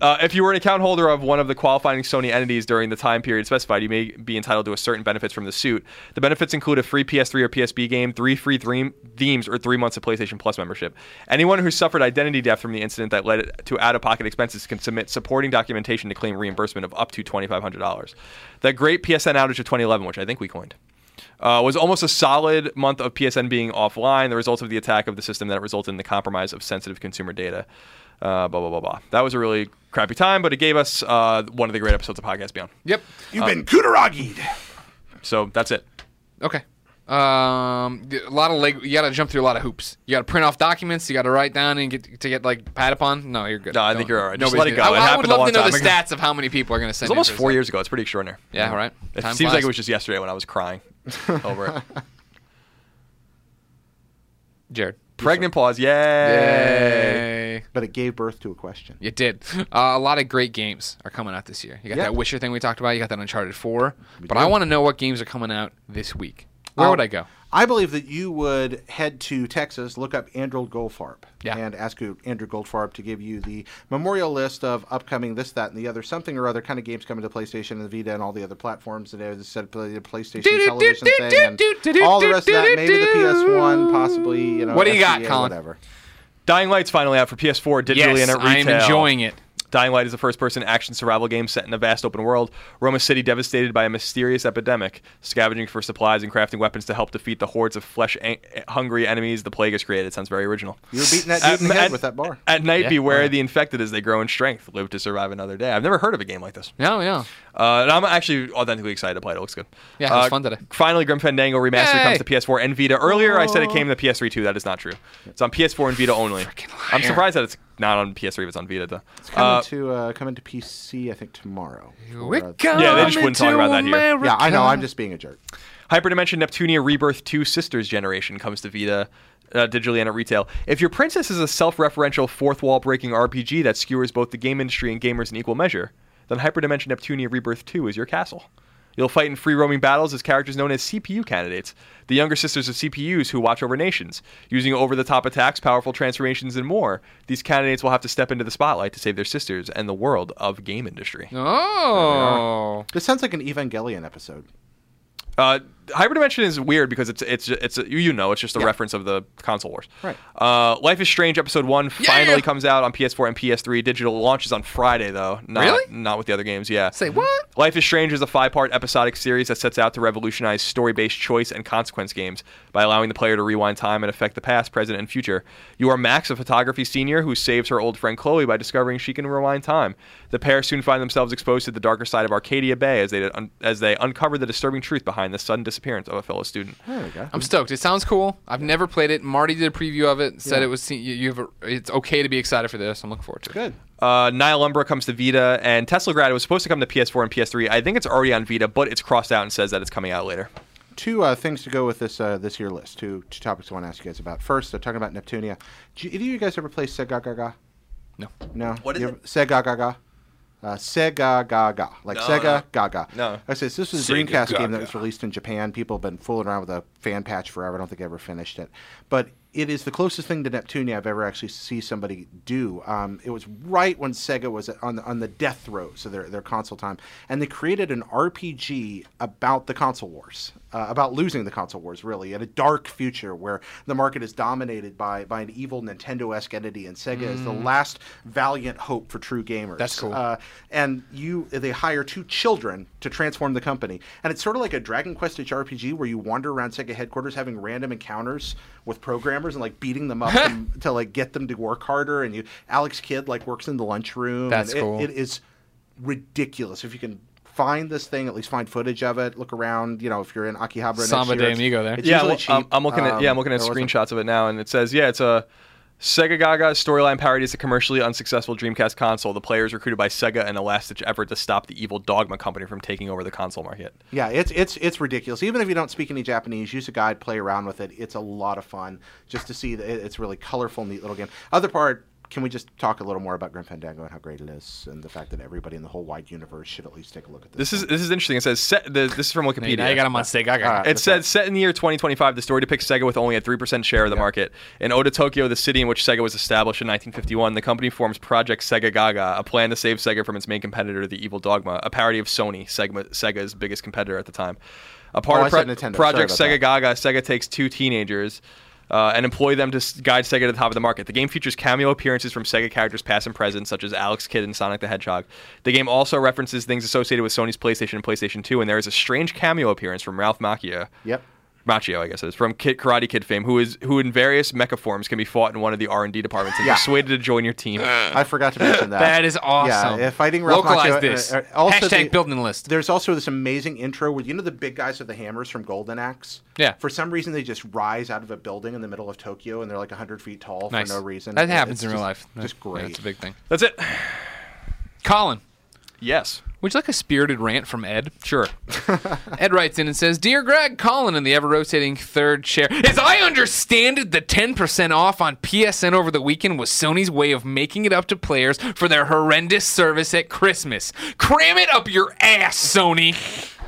Speaker 3: uh, if you were an account holder of one of the qualifying Sony entities during the time period specified, you may be entitled to a certain benefits from the suit. The benefits include a free PS3 or PSB game, three free dream- themes, or three months of PlayStation Plus membership. Anyone who suffered identity theft from the incident that led to out-of-pocket expenses can submit supporting documentation to claim reimbursement of up to $2,500. The Great PSN Outage of 2011, which I think we coined uh, was almost a solid month of PSN being offline, the result of the attack of the system that resulted in the compromise of sensitive consumer data. Uh, blah, blah, blah, blah. That was a really crappy time, but it gave us uh, one of the great episodes of Podcast Beyond.
Speaker 2: Yep.
Speaker 4: You've been kudaragied.
Speaker 3: So that's it.
Speaker 2: Okay. Um, a lot of leg. You got to jump through a lot of hoops. You got to print off documents. You got to write down and get to get like pat upon. No, you're good.
Speaker 3: No, I
Speaker 2: Don't-
Speaker 3: think you're all right. Just
Speaker 2: nobody's
Speaker 3: let it go.
Speaker 2: gonna-
Speaker 3: It
Speaker 2: I, I would
Speaker 3: happened a
Speaker 2: love
Speaker 3: long
Speaker 2: to know the
Speaker 3: time ago.
Speaker 2: stats of how many people are going to
Speaker 3: It
Speaker 2: send.
Speaker 3: was almost
Speaker 2: in for
Speaker 3: four
Speaker 2: this.
Speaker 3: years ago. It's pretty extraordinary.
Speaker 2: Yeah, all right.
Speaker 3: It
Speaker 2: Time
Speaker 3: seems like
Speaker 2: flies.
Speaker 3: it was just yesterday when I was crying over it.
Speaker 2: Jared.
Speaker 3: Pregnant pause. Yay.
Speaker 2: Yay.
Speaker 4: But it gave birth to a question.
Speaker 2: You did. Uh, a lot of great games are coming out this year. You got
Speaker 4: Yeah.
Speaker 2: that Witcher thing we talked about. You got that Uncharted 4. But I want to know what games are coming out this week. Where
Speaker 3: Oh.
Speaker 4: Um,
Speaker 2: would I go?
Speaker 4: I believe that you would head to Texas, look up Andrew Goldfarb,
Speaker 2: Yeah.
Speaker 4: and ask you- Andrew Goldfarb to give you the memorial list of upcoming this, that, and the other something or other kind of games coming to PlayStation and Vita and all the other platforms and they said play- the PlayStation television thing and all the rest of that. Maybe the PS1, possibly. You know,
Speaker 2: What do you got,
Speaker 4: SDA,
Speaker 2: Colin?
Speaker 4: Whatever.
Speaker 3: Dying Light's finally out for PS4 digitally
Speaker 2: Yes,
Speaker 3: and at
Speaker 2: I am
Speaker 3: retail.
Speaker 2: enjoying it.
Speaker 3: Dying Light is a first-person action survival game set in a vast open world. Roma City devastated by a mysterious epidemic, scavenging for supplies and crafting weapons to help defeat the hordes of flesh-hungry enemies the plague has created. Sounds very original.
Speaker 4: You were beating that
Speaker 2: Uh,
Speaker 4: dude in the
Speaker 3: At-
Speaker 4: head
Speaker 3: at-
Speaker 4: with that bar.
Speaker 3: At night,
Speaker 2: Yeah. Oh,
Speaker 3: beware
Speaker 2: Yeah.
Speaker 3: the infected as they grow in strength, live to survive another day. I've never heard of a game like this.
Speaker 2: No, Oh, yeah.
Speaker 3: Uh, and I'm actually authentically excited to play it. It looks good.
Speaker 2: Yeah, it was
Speaker 3: Uh,
Speaker 2: fun today.
Speaker 3: Finally, Grim Fandango Remastered
Speaker 2: Yay!
Speaker 3: comes to PS4 and Vita. Earlier, I said it came to PS3 too. That is not true. It's on PS4 and Vita only. I'm
Speaker 2: liar.
Speaker 3: surprised that it's not on PS3 if it's on Vita, though.
Speaker 4: It's coming
Speaker 3: Uh,
Speaker 4: to uh, coming to PC, I think tomorrow. Or, uh,
Speaker 3: Yeah, they just wouldn't talk about that here.
Speaker 4: yeah, I know. I'm just being a jerk.
Speaker 3: Hyperdimension Neptunia Rebirth 2 Sisters Generation comes to Vita. Uh, digitally and at retail. If your princess is a self-referential, fourth-wall-breaking RPG that skewers both the game industry and gamers in equal measure, then Hyperdimension Neptunia Rebirth 2 is your castle. You'll fight in free-roaming battles as characters known as CPU candidates, the younger sisters of CPUs who watch over nations, using over-the-top attacks, powerful transformations, and more. These candidates will have to step into the spotlight to save their sisters and the world of game industry.
Speaker 2: Oh.
Speaker 4: This sounds like an Evangelion episode.
Speaker 3: Uh, Hyperdimension is weird because it's it's it's you you know it's just a reference of the console wars.
Speaker 4: Right.
Speaker 3: Uh, Life is Strange episode one finally comes out on PS4 and PS3. Digital launches on Friday though. Not,
Speaker 2: Really?
Speaker 3: Not with the other games. Yeah.
Speaker 2: Say what?
Speaker 3: Life is Strange is a five-part episodic series that sets out to revolutionize story-based choice and consequence games by allowing the player to rewind time and affect the past, present, and future. You are Max, a photography senior who saves her old friend Chloe by discovering she can rewind time. The pair soon find themselves exposed to the darker side of Arcadia Bay as they as they uncover the disturbing truth behind the sudden disappearance of a fellow student.
Speaker 4: There we go.
Speaker 2: I'm stoked. It sounds cool. I've never played it. Marty did a preview of it. Said it was you, you have a, it's okay to be excited for this. I'm looking forward to it.
Speaker 4: Good.
Speaker 3: Uh, Nile Umbra comes to Vita, and Tesla Grad was supposed to come to PS4 and PS3. I think it's already on Vita, but it's crossed out and says that it's coming out later.
Speaker 4: Two uh, things to go with this uh, this year list. Two two topics I want to ask you guys about. First, I'm talking about Neptunia. Do you, do you guys ever play Sega Gaga?
Speaker 2: No.
Speaker 4: No.
Speaker 3: What is
Speaker 4: you
Speaker 3: it?
Speaker 4: ever- Sega Gaga. Uh, Sega Gaga, like
Speaker 3: No,
Speaker 4: Sega
Speaker 3: no.
Speaker 4: Gaga.
Speaker 3: No.
Speaker 4: I said this was a
Speaker 3: Sega
Speaker 4: Dreamcast game
Speaker 3: Gaga.
Speaker 4: that was released in Japan. People have been fooling around with a fan patch forever. I don't think I ever finished it, but it is the closest thing to Neptunia I've ever actually see somebody do. Um, it was right when Sega was on the, on the death row, so their their console time, and they created an RPG about the console wars, uh, about losing the console wars, really, in a dark future where the market is dominated by by an evil Nintendo-esque entity, and Sega is the last valiant hope for true gamers.
Speaker 2: Mm. That's cool.
Speaker 4: Uh, and you they hire two children to transform the company and it's sort of like a dragon quest hrpg where you wander around sega headquarters having random encounters with programmers and like beating them up to, to like get them to work harder and you alex kidd like works in the lunchroom
Speaker 2: That's
Speaker 4: and it-
Speaker 2: cool.
Speaker 4: it is ridiculous if you can find this thing at least find footage of it look around you know if you're in akihabara next year,
Speaker 2: Samba de
Speaker 4: it's-
Speaker 2: amigo there.
Speaker 4: it's
Speaker 3: yeah,
Speaker 4: usually
Speaker 3: well, I'm,
Speaker 4: cheap.
Speaker 3: I'm looking at yeah, I'm
Speaker 4: Um,
Speaker 3: looking at
Speaker 4: there was a-
Speaker 3: screenshots of it now, and it says yeah, it's a Sega Gaga's storyline parodies the commercially unsuccessful Dreamcast console. The player is recruited by Sega in a last-ditch effort to stop the evil Dogma company from taking over the console market.
Speaker 4: Yeah, it's it's it's ridiculous. Even if you don't speak any Japanese, use a guide, play around with it. It's a lot of fun just to see that it- it's really colorful, neat little game. Other part, can we just talk a little more about Grim Fandango and how great it is, and the fact that everybody in the whole wide universe should at least take a look at this?
Speaker 3: This is this is interesting. It says set, the, this is from Wikipedia.
Speaker 2: Now you got him on Sega.
Speaker 4: Alright.
Speaker 3: It said, set in the year 2025, the story depicts Sega with only a 3% share of the market. In Oda, Tokyo, the city in which Sega was established in 1951, the company forms Project Sega Gaga, a plan to save Sega from its main competitor, the Evil Dogma, a parody of Sony, Sega, Sega's biggest competitor at the time. A part
Speaker 4: Oh, I
Speaker 3: of Pro-
Speaker 4: said Nintendo.
Speaker 3: Project
Speaker 4: Sorry
Speaker 3: Sega
Speaker 4: about
Speaker 3: Gaga, Sega takes two teenagers. Uh, and employ them to s- guide Sega to the top of the market. The game features cameo appearances from Sega characters past and present, such as Alex Kidd and Sonic the Hedgehog. The game also references things associated with Sony's PlayStation and PlayStation 2, and there is a strange cameo appearance from Ralph Macchio,
Speaker 4: Yep.
Speaker 3: Machio, I guess it is from Kid Karate Kid fame, who is who in various mecha forms can be fought in one of the R and D departments and
Speaker 4: Yeah.
Speaker 3: persuaded to join your team.
Speaker 4: I forgot to mention that.
Speaker 2: That is awesome.
Speaker 4: Yeah, uh, fighting Ralph
Speaker 2: Localize
Speaker 4: Macchio-
Speaker 2: this.
Speaker 4: uh, uh, also
Speaker 2: Hashtag
Speaker 4: the-
Speaker 2: building list.
Speaker 4: There's also this amazing intro where you know the big guys with the hammers from Golden Axe.
Speaker 2: Yeah.
Speaker 4: For some reason, they just rise out of a building in the middle of Tokyo, and they're like 100 feet tall
Speaker 2: Nice.
Speaker 4: for no reason.
Speaker 2: That
Speaker 4: It-
Speaker 2: happens
Speaker 4: it's
Speaker 2: in real
Speaker 4: just-
Speaker 2: life.
Speaker 4: Just
Speaker 2: Yeah,
Speaker 4: great.
Speaker 2: That's a big thing.
Speaker 3: That's it.
Speaker 2: Colin,
Speaker 3: Yes.
Speaker 2: would you like a spirited rant from Ed?
Speaker 3: Sure.
Speaker 2: Ed writes in and says, Dear Greg, Colin in the ever rotating third chair. As I understand it, the 10% off on PSN over the weekend was Sony's way of making it up to players for their horrendous service at Christmas. Cram it up your ass, Sony.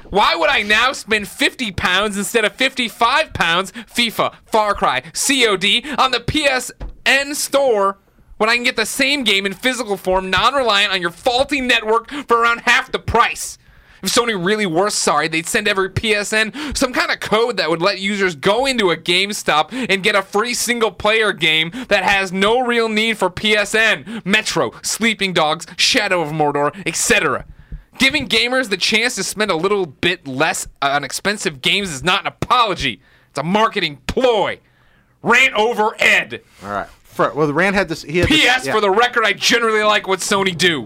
Speaker 2: Why would I now spend 50 pounds instead of 55 pounds FIFA, Far Cry, COD on the PSN store when I can get the same game in physical form, non reliant on your faulty network for around half the price? If Sony really were sorry, they'd send every PSN some kind of code that would let users go into a GameStop and get a free single player game that has no real need for PSN, Metro, Sleeping Dogs, Shadow of Mordor, etc. Giving gamers the chance to spend a little bit less on expensive games is not an apology. It's a marketing ploy. Rant over Ed.
Speaker 4: All right. For, well, the Rand had this. He had this-
Speaker 2: P.S.
Speaker 4: yeah.
Speaker 2: For the record, I generally like what Sony do.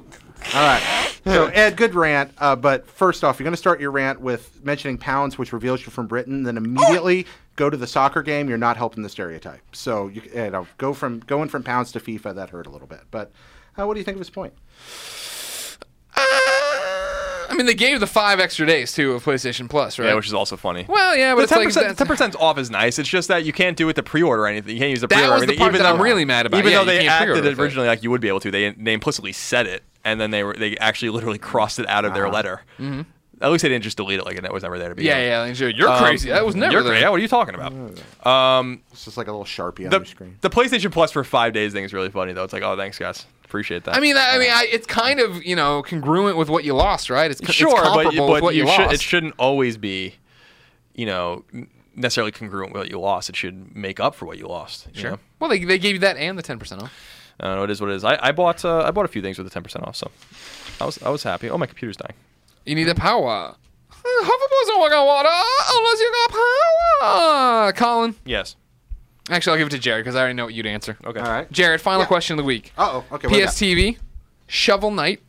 Speaker 4: All right. So, Ed, good rant. Uh, but first off, you're going to start your rant with mentioning pounds, which reveals you're from Britain. Then immediately go to the soccer game. You're not helping the stereotype. So, you, you know, go from going from pounds to FIFA. That hurt a little bit. But uh, what do you think of his point?
Speaker 2: Uh, I mean, they gave the five extra days too of PlayStation Plus, right?
Speaker 3: Yeah, which is also funny.
Speaker 2: well, yeah, but
Speaker 3: The
Speaker 2: it's like
Speaker 3: 10%,
Speaker 2: that's-
Speaker 3: 10% off is nice. It's just that you can't do it to pre-order or anything. You can't use the
Speaker 2: That
Speaker 3: pre-order.
Speaker 2: was the
Speaker 3: anything,
Speaker 2: part
Speaker 3: even
Speaker 2: that
Speaker 3: though,
Speaker 2: I'm really mad about.
Speaker 3: Even
Speaker 2: Yeah,
Speaker 3: though
Speaker 2: you
Speaker 3: they
Speaker 2: can't pre-order
Speaker 3: acted
Speaker 2: with it.
Speaker 3: originally like you would be able to, they, they implicitly said it, and then they were they actually literally crossed it out of their letter. At least they didn't just delete it like it was never there to be.
Speaker 2: Uh-huh. Mm-hmm. yeah, yeah. like, You're crazy. That was never.
Speaker 3: You're
Speaker 2: there.
Speaker 3: crazy. Yeah, what are you talking about?
Speaker 4: It's just like a little sharpie on
Speaker 3: The,
Speaker 4: your screen.
Speaker 3: the PlayStation Plus for five days thing is really funny though. It's like, oh, thanks guys, appreciate that.
Speaker 2: I mean, I, I mean, I, it's kind of you know congruent with what you lost, right? It's, co-
Speaker 3: sure,
Speaker 2: it's
Speaker 3: but,
Speaker 2: comparable with
Speaker 3: but
Speaker 2: what you,
Speaker 3: you should,
Speaker 2: lost.
Speaker 3: it shouldn't always be, you know, n- necessarily congruent with what you lost. It should make up for what you lost. you
Speaker 2: Sure.
Speaker 3: know?
Speaker 2: Well, they, they gave you that and the ten percent off.
Speaker 3: I don't know. It is what it is. I, I bought uh, I bought a few things with the ten percent off, so I was I was happy. Oh, my computer's dying.
Speaker 2: You need the
Speaker 3: Hmm.
Speaker 2: power. Hoverboards don't work on water unless you got power. Colin,
Speaker 3: Yes.
Speaker 2: actually, I'll give it to Jared because I already know what you'd answer.
Speaker 3: Okay.
Speaker 4: All right.
Speaker 2: Jared, final
Speaker 4: Yeah.
Speaker 2: question of the week.
Speaker 4: Uh oh. Okay. what do you got?
Speaker 2: PSTV, Shovel Knight,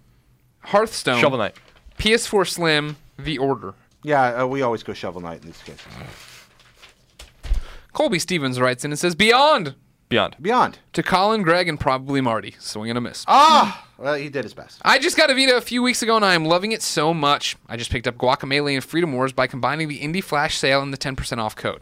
Speaker 2: Hearthstone,
Speaker 3: Shovel Knight.
Speaker 2: PS4 Slim, The Order.
Speaker 4: Yeah, uh, we always go shovel knight in these cases.
Speaker 2: Colby Stevens writes in and says, Beyond!
Speaker 3: Beyond.
Speaker 4: Beyond.
Speaker 2: To Colin, Greg, and probably Marty. Swing and a miss.
Speaker 4: Ah. Well, he did his best.
Speaker 2: I just got a Vita a few weeks ago and I am loving it so much. I just picked up Guacamelee and Freedom Wars by combining the indie flash sale and the 10% off code.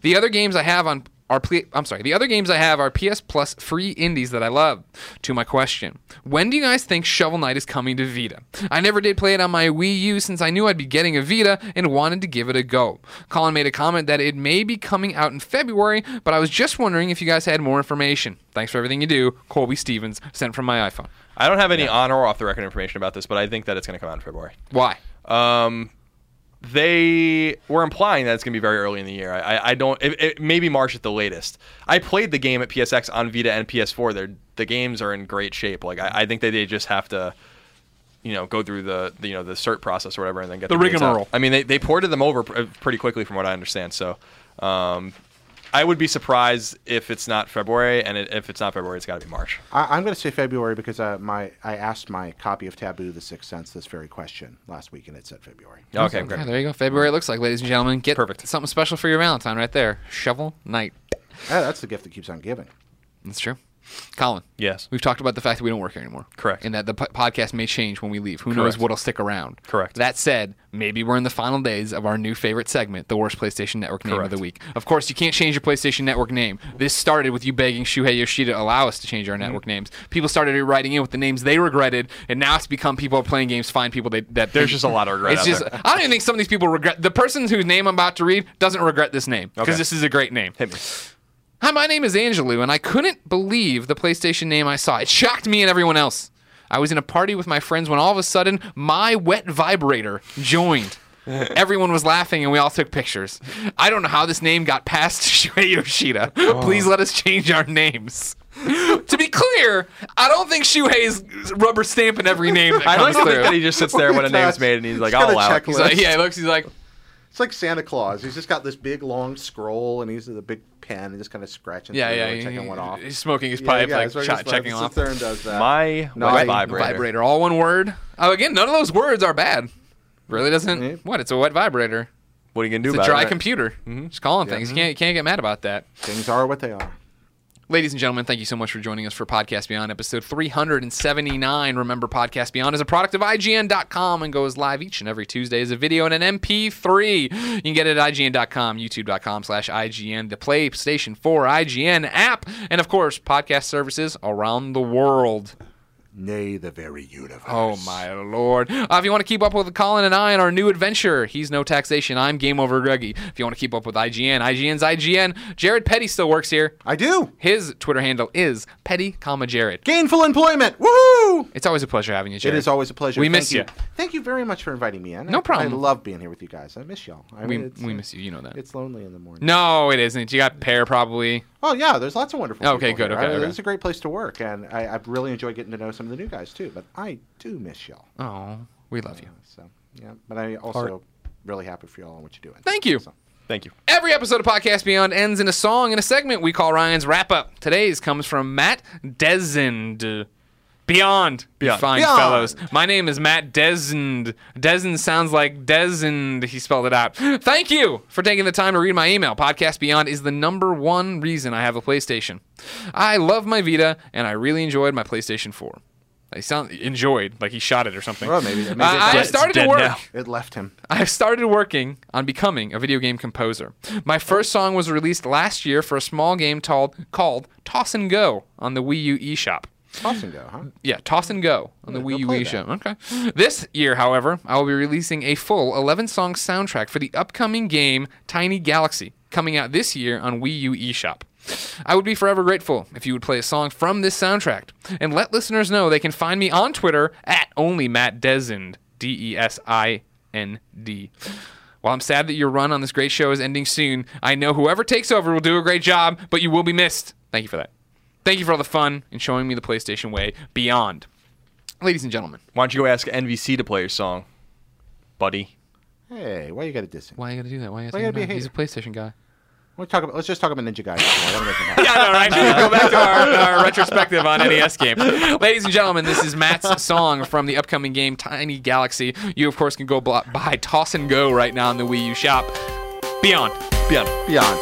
Speaker 2: The other games I have on are ple- I'm sorry. The other games I have are PS Plus free indies that I love. To my question, when do you guys think Shovel Knight is coming to Vita? I never did play it on my Wii U since I knew I'd be getting a Vita and wanted to give it a go. Colin made a comment that it may be coming out in February, but I was just wondering if you guys had more information. Thanks for everything you do, Colby Stevens, sent from my iPhone.
Speaker 3: I don't have any on or off the record information about this, but I think that it's going to come out in February.
Speaker 2: Why?
Speaker 3: Um, they were implying that it's going to be very early in the year. I, I, I don't. It, it, maybe March at the latest. I played the game at PSX on Vita and PS4. They're, the games are in great shape. Like I, I think that they just have to, you know, go through the, the you know the cert process or whatever, and then get
Speaker 2: The
Speaker 3: the games out.
Speaker 2: rigmarole.
Speaker 3: I mean, they, they ported them over pr- pretty quickly, from what I understand. So. Um, I would be surprised if it's not February, and it, if it's not February, it's got to be March.
Speaker 4: I, I'm going to say February because uh, my I asked my copy of Taboo: The Sixth Sense this very question last week, and it said February.
Speaker 3: Okay,
Speaker 2: Yeah,
Speaker 3: great.
Speaker 2: there you go. February it looks like, ladies and gentlemen. Get
Speaker 3: Perfect.
Speaker 2: something special for your Valentine right there. Shovel Knight.
Speaker 4: Yeah, that's the gift that keeps on giving.
Speaker 2: That's true. Colin.
Speaker 3: Yes.
Speaker 2: We've talked about the fact that we don't work here anymore.
Speaker 3: Correct.
Speaker 2: And that the po- podcast may change when we leave. Who knows
Speaker 3: Correct.
Speaker 2: what'll stick around.
Speaker 3: Correct.
Speaker 2: That said, maybe we're in the final days of our new favorite segment, the worst PlayStation Network name of
Speaker 3: Correct.
Speaker 2: the week. Of course, you can't change your PlayStation Network name. This started with you begging Shuhei Yoshida to allow us to change
Speaker 3: Mm-hmm.
Speaker 2: our network names. People started writing in with the names they regretted, and now it's become people are playing games, find people they, that
Speaker 3: There's just a lot of regret
Speaker 2: It's
Speaker 3: out
Speaker 2: just
Speaker 3: there.
Speaker 2: I don't even think some of these people regret. The person whose name I'm about to read doesn't regret this name because
Speaker 3: Okay.
Speaker 2: this is a great name.
Speaker 3: Hit me.
Speaker 2: Hi, my name is Angelou, and I couldn't believe the PlayStation name I saw. It shocked me and everyone else. I was in a party with my friends when all of a sudden my wet vibrator joined. Everyone was laughing and we all took pictures. I don't know how this name got past Shuei Yoshida.
Speaker 3: Oh.
Speaker 2: Please let us change our names. to be clear, I don't think Shuhei is rubber stamping every name that
Speaker 3: I like
Speaker 2: comes
Speaker 3: to
Speaker 2: through.
Speaker 3: think that he just sits there when a name's
Speaker 4: That's-
Speaker 3: made and he's like, "Oh,
Speaker 4: it's got
Speaker 3: I'll
Speaker 4: a
Speaker 3: allow it.
Speaker 2: he's like, yeah, he looks, he's like,
Speaker 4: It's like Santa Claus. He's just got this big long scroll, and he's with a big pen, and just kind of scratching.
Speaker 2: yeah,
Speaker 4: through
Speaker 2: yeah,
Speaker 4: and
Speaker 2: he-
Speaker 4: checking one off.
Speaker 2: he's smoking his
Speaker 4: Yeah,
Speaker 2: pipe,
Speaker 4: yeah,
Speaker 2: like
Speaker 4: it's right
Speaker 2: ch-
Speaker 4: in his lap.
Speaker 2: checking
Speaker 4: He
Speaker 2: off.
Speaker 4: sits there and does that.
Speaker 3: My
Speaker 4: No,
Speaker 3: wet
Speaker 4: I-
Speaker 3: vibrator.
Speaker 2: vibrator. All one word. Oh, again, none of those words are bad. Really doesn't.
Speaker 4: Yeah.
Speaker 2: What? It's a wet vibrator.
Speaker 3: What are you gonna do
Speaker 2: It's a
Speaker 3: about
Speaker 2: dry
Speaker 3: it?
Speaker 2: computer. Just calling things. You can't you can't get mad about that.
Speaker 4: Things are what they are.
Speaker 2: Ladies and gentlemen, thank you so much for joining us for Podcast Beyond episode 379. Remember, Podcast Beyond is a product of IGN.com and goes live each and every Tuesday as a video and an MP3. You can get it at IGN.com, YouTube.com slash IGN, the PlayStation 4 IGN app, and of course, podcast services around the world.
Speaker 4: nay, the very universe.
Speaker 2: Oh my lord! Uh, if you want to keep up with Colin and I on our new adventure, he's no taxation. I'm Game Over Greggy. If you want to keep up with IGN, IGN's IGN. Jared Petty still works here.
Speaker 4: I do.
Speaker 2: His Twitter handle is Petty, comma Jared.
Speaker 4: Gainful employment. Woohoo!
Speaker 2: It's always a pleasure having you,
Speaker 4: It
Speaker 2: Jared.
Speaker 4: is always a pleasure.
Speaker 2: We
Speaker 4: Thank
Speaker 2: miss
Speaker 4: you.
Speaker 2: you.
Speaker 4: Thank you very much for inviting me in.
Speaker 2: No
Speaker 4: I-
Speaker 2: problem.
Speaker 4: I love being here with you guys. I miss y'all. I,
Speaker 2: We,
Speaker 4: it's-
Speaker 2: we miss you. You know that.
Speaker 4: It's lonely in the morning.
Speaker 2: No, it isn't. You got pair probably.
Speaker 4: Oh yeah, there's lots of wonderful.
Speaker 2: Okay,
Speaker 4: people
Speaker 2: good,
Speaker 4: here.
Speaker 2: okay,
Speaker 4: I-
Speaker 2: okay.
Speaker 4: It's a great place to work, and I, I really enjoy getting to know some of the new guys too. But I do miss y'all.
Speaker 2: Oh, we love you.
Speaker 4: So yeah, but I also really happy for y'all and what you're doing.
Speaker 2: Thank you.
Speaker 4: So,
Speaker 3: Thank you.
Speaker 2: Every episode of Podcast Beyond ends in a song and a segment we call Ryan's Wrap Up. Today's comes from Matt Desend. Beyond, you
Speaker 3: Beyond.
Speaker 2: fine
Speaker 4: Beyond.
Speaker 2: fellows. My name is Matt Desend. Desend sounds like Desend. He spelled it out. Thank you for taking the time to read my email. Podcast Beyond is the number one reason I have a PlayStation. I love my Vita, and I really enjoyed my PlayStation 4. I sound enjoyed, like he shot it or something. Uh,
Speaker 4: Well, maybe- maybe
Speaker 2: I- I
Speaker 4: it's
Speaker 2: started to
Speaker 3: dead
Speaker 2: work.
Speaker 3: now.
Speaker 4: it left him.
Speaker 2: I've started working on becoming a video game composer. My first song was released last year for a small game called, called Toss and Go on the Wii U eShop.
Speaker 4: Toss and go, huh?
Speaker 2: Yeah, Toss and Go on the
Speaker 4: Yeah,
Speaker 2: Wii
Speaker 4: go
Speaker 2: U
Speaker 4: play
Speaker 2: eShop. Okay. This year, however, I will be releasing a full 11 song soundtrack for the upcoming game Tiny Galaxy, coming out this year on Wii U eShop. I would be forever grateful if you would play a song from this soundtrack and let listeners know they can find me on Twitter at only Matt Desend, D E S I N D. While I'm sad that your run on this great show is ending soon, I know whoever takes over will do a great job, but you will be missed. Thank you for that. Thank you for all the fun and showing me the PlayStation way beyond. Ladies and gentlemen,
Speaker 3: Why don't you go ask NVC to play your song, buddy?
Speaker 4: Hey, why you gotta diss him?
Speaker 2: why you gotta do that? Why you gotta,
Speaker 4: Why you gotta
Speaker 2: do
Speaker 4: be a
Speaker 2: that? He's a PlayStation guy.
Speaker 4: We'll talk about. Let's just talk about Ninja Gaiden. That'll make him happy.
Speaker 2: Yeah, no, right. Go back to our, our retrospective on NES game. Ladies and gentlemen, this is Matt's song from the upcoming game Tiny Galaxy. You, of course, can go blo- buy Toss and Go right now in the Wii U shop. Beyond. Beyond.
Speaker 4: Beyond.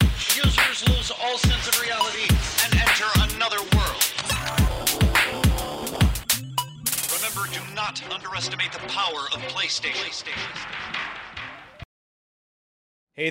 Speaker 1: Users lose all sense of reality and enter another world. Remember, do not underestimate the power of PlayStation.
Speaker 6: Hey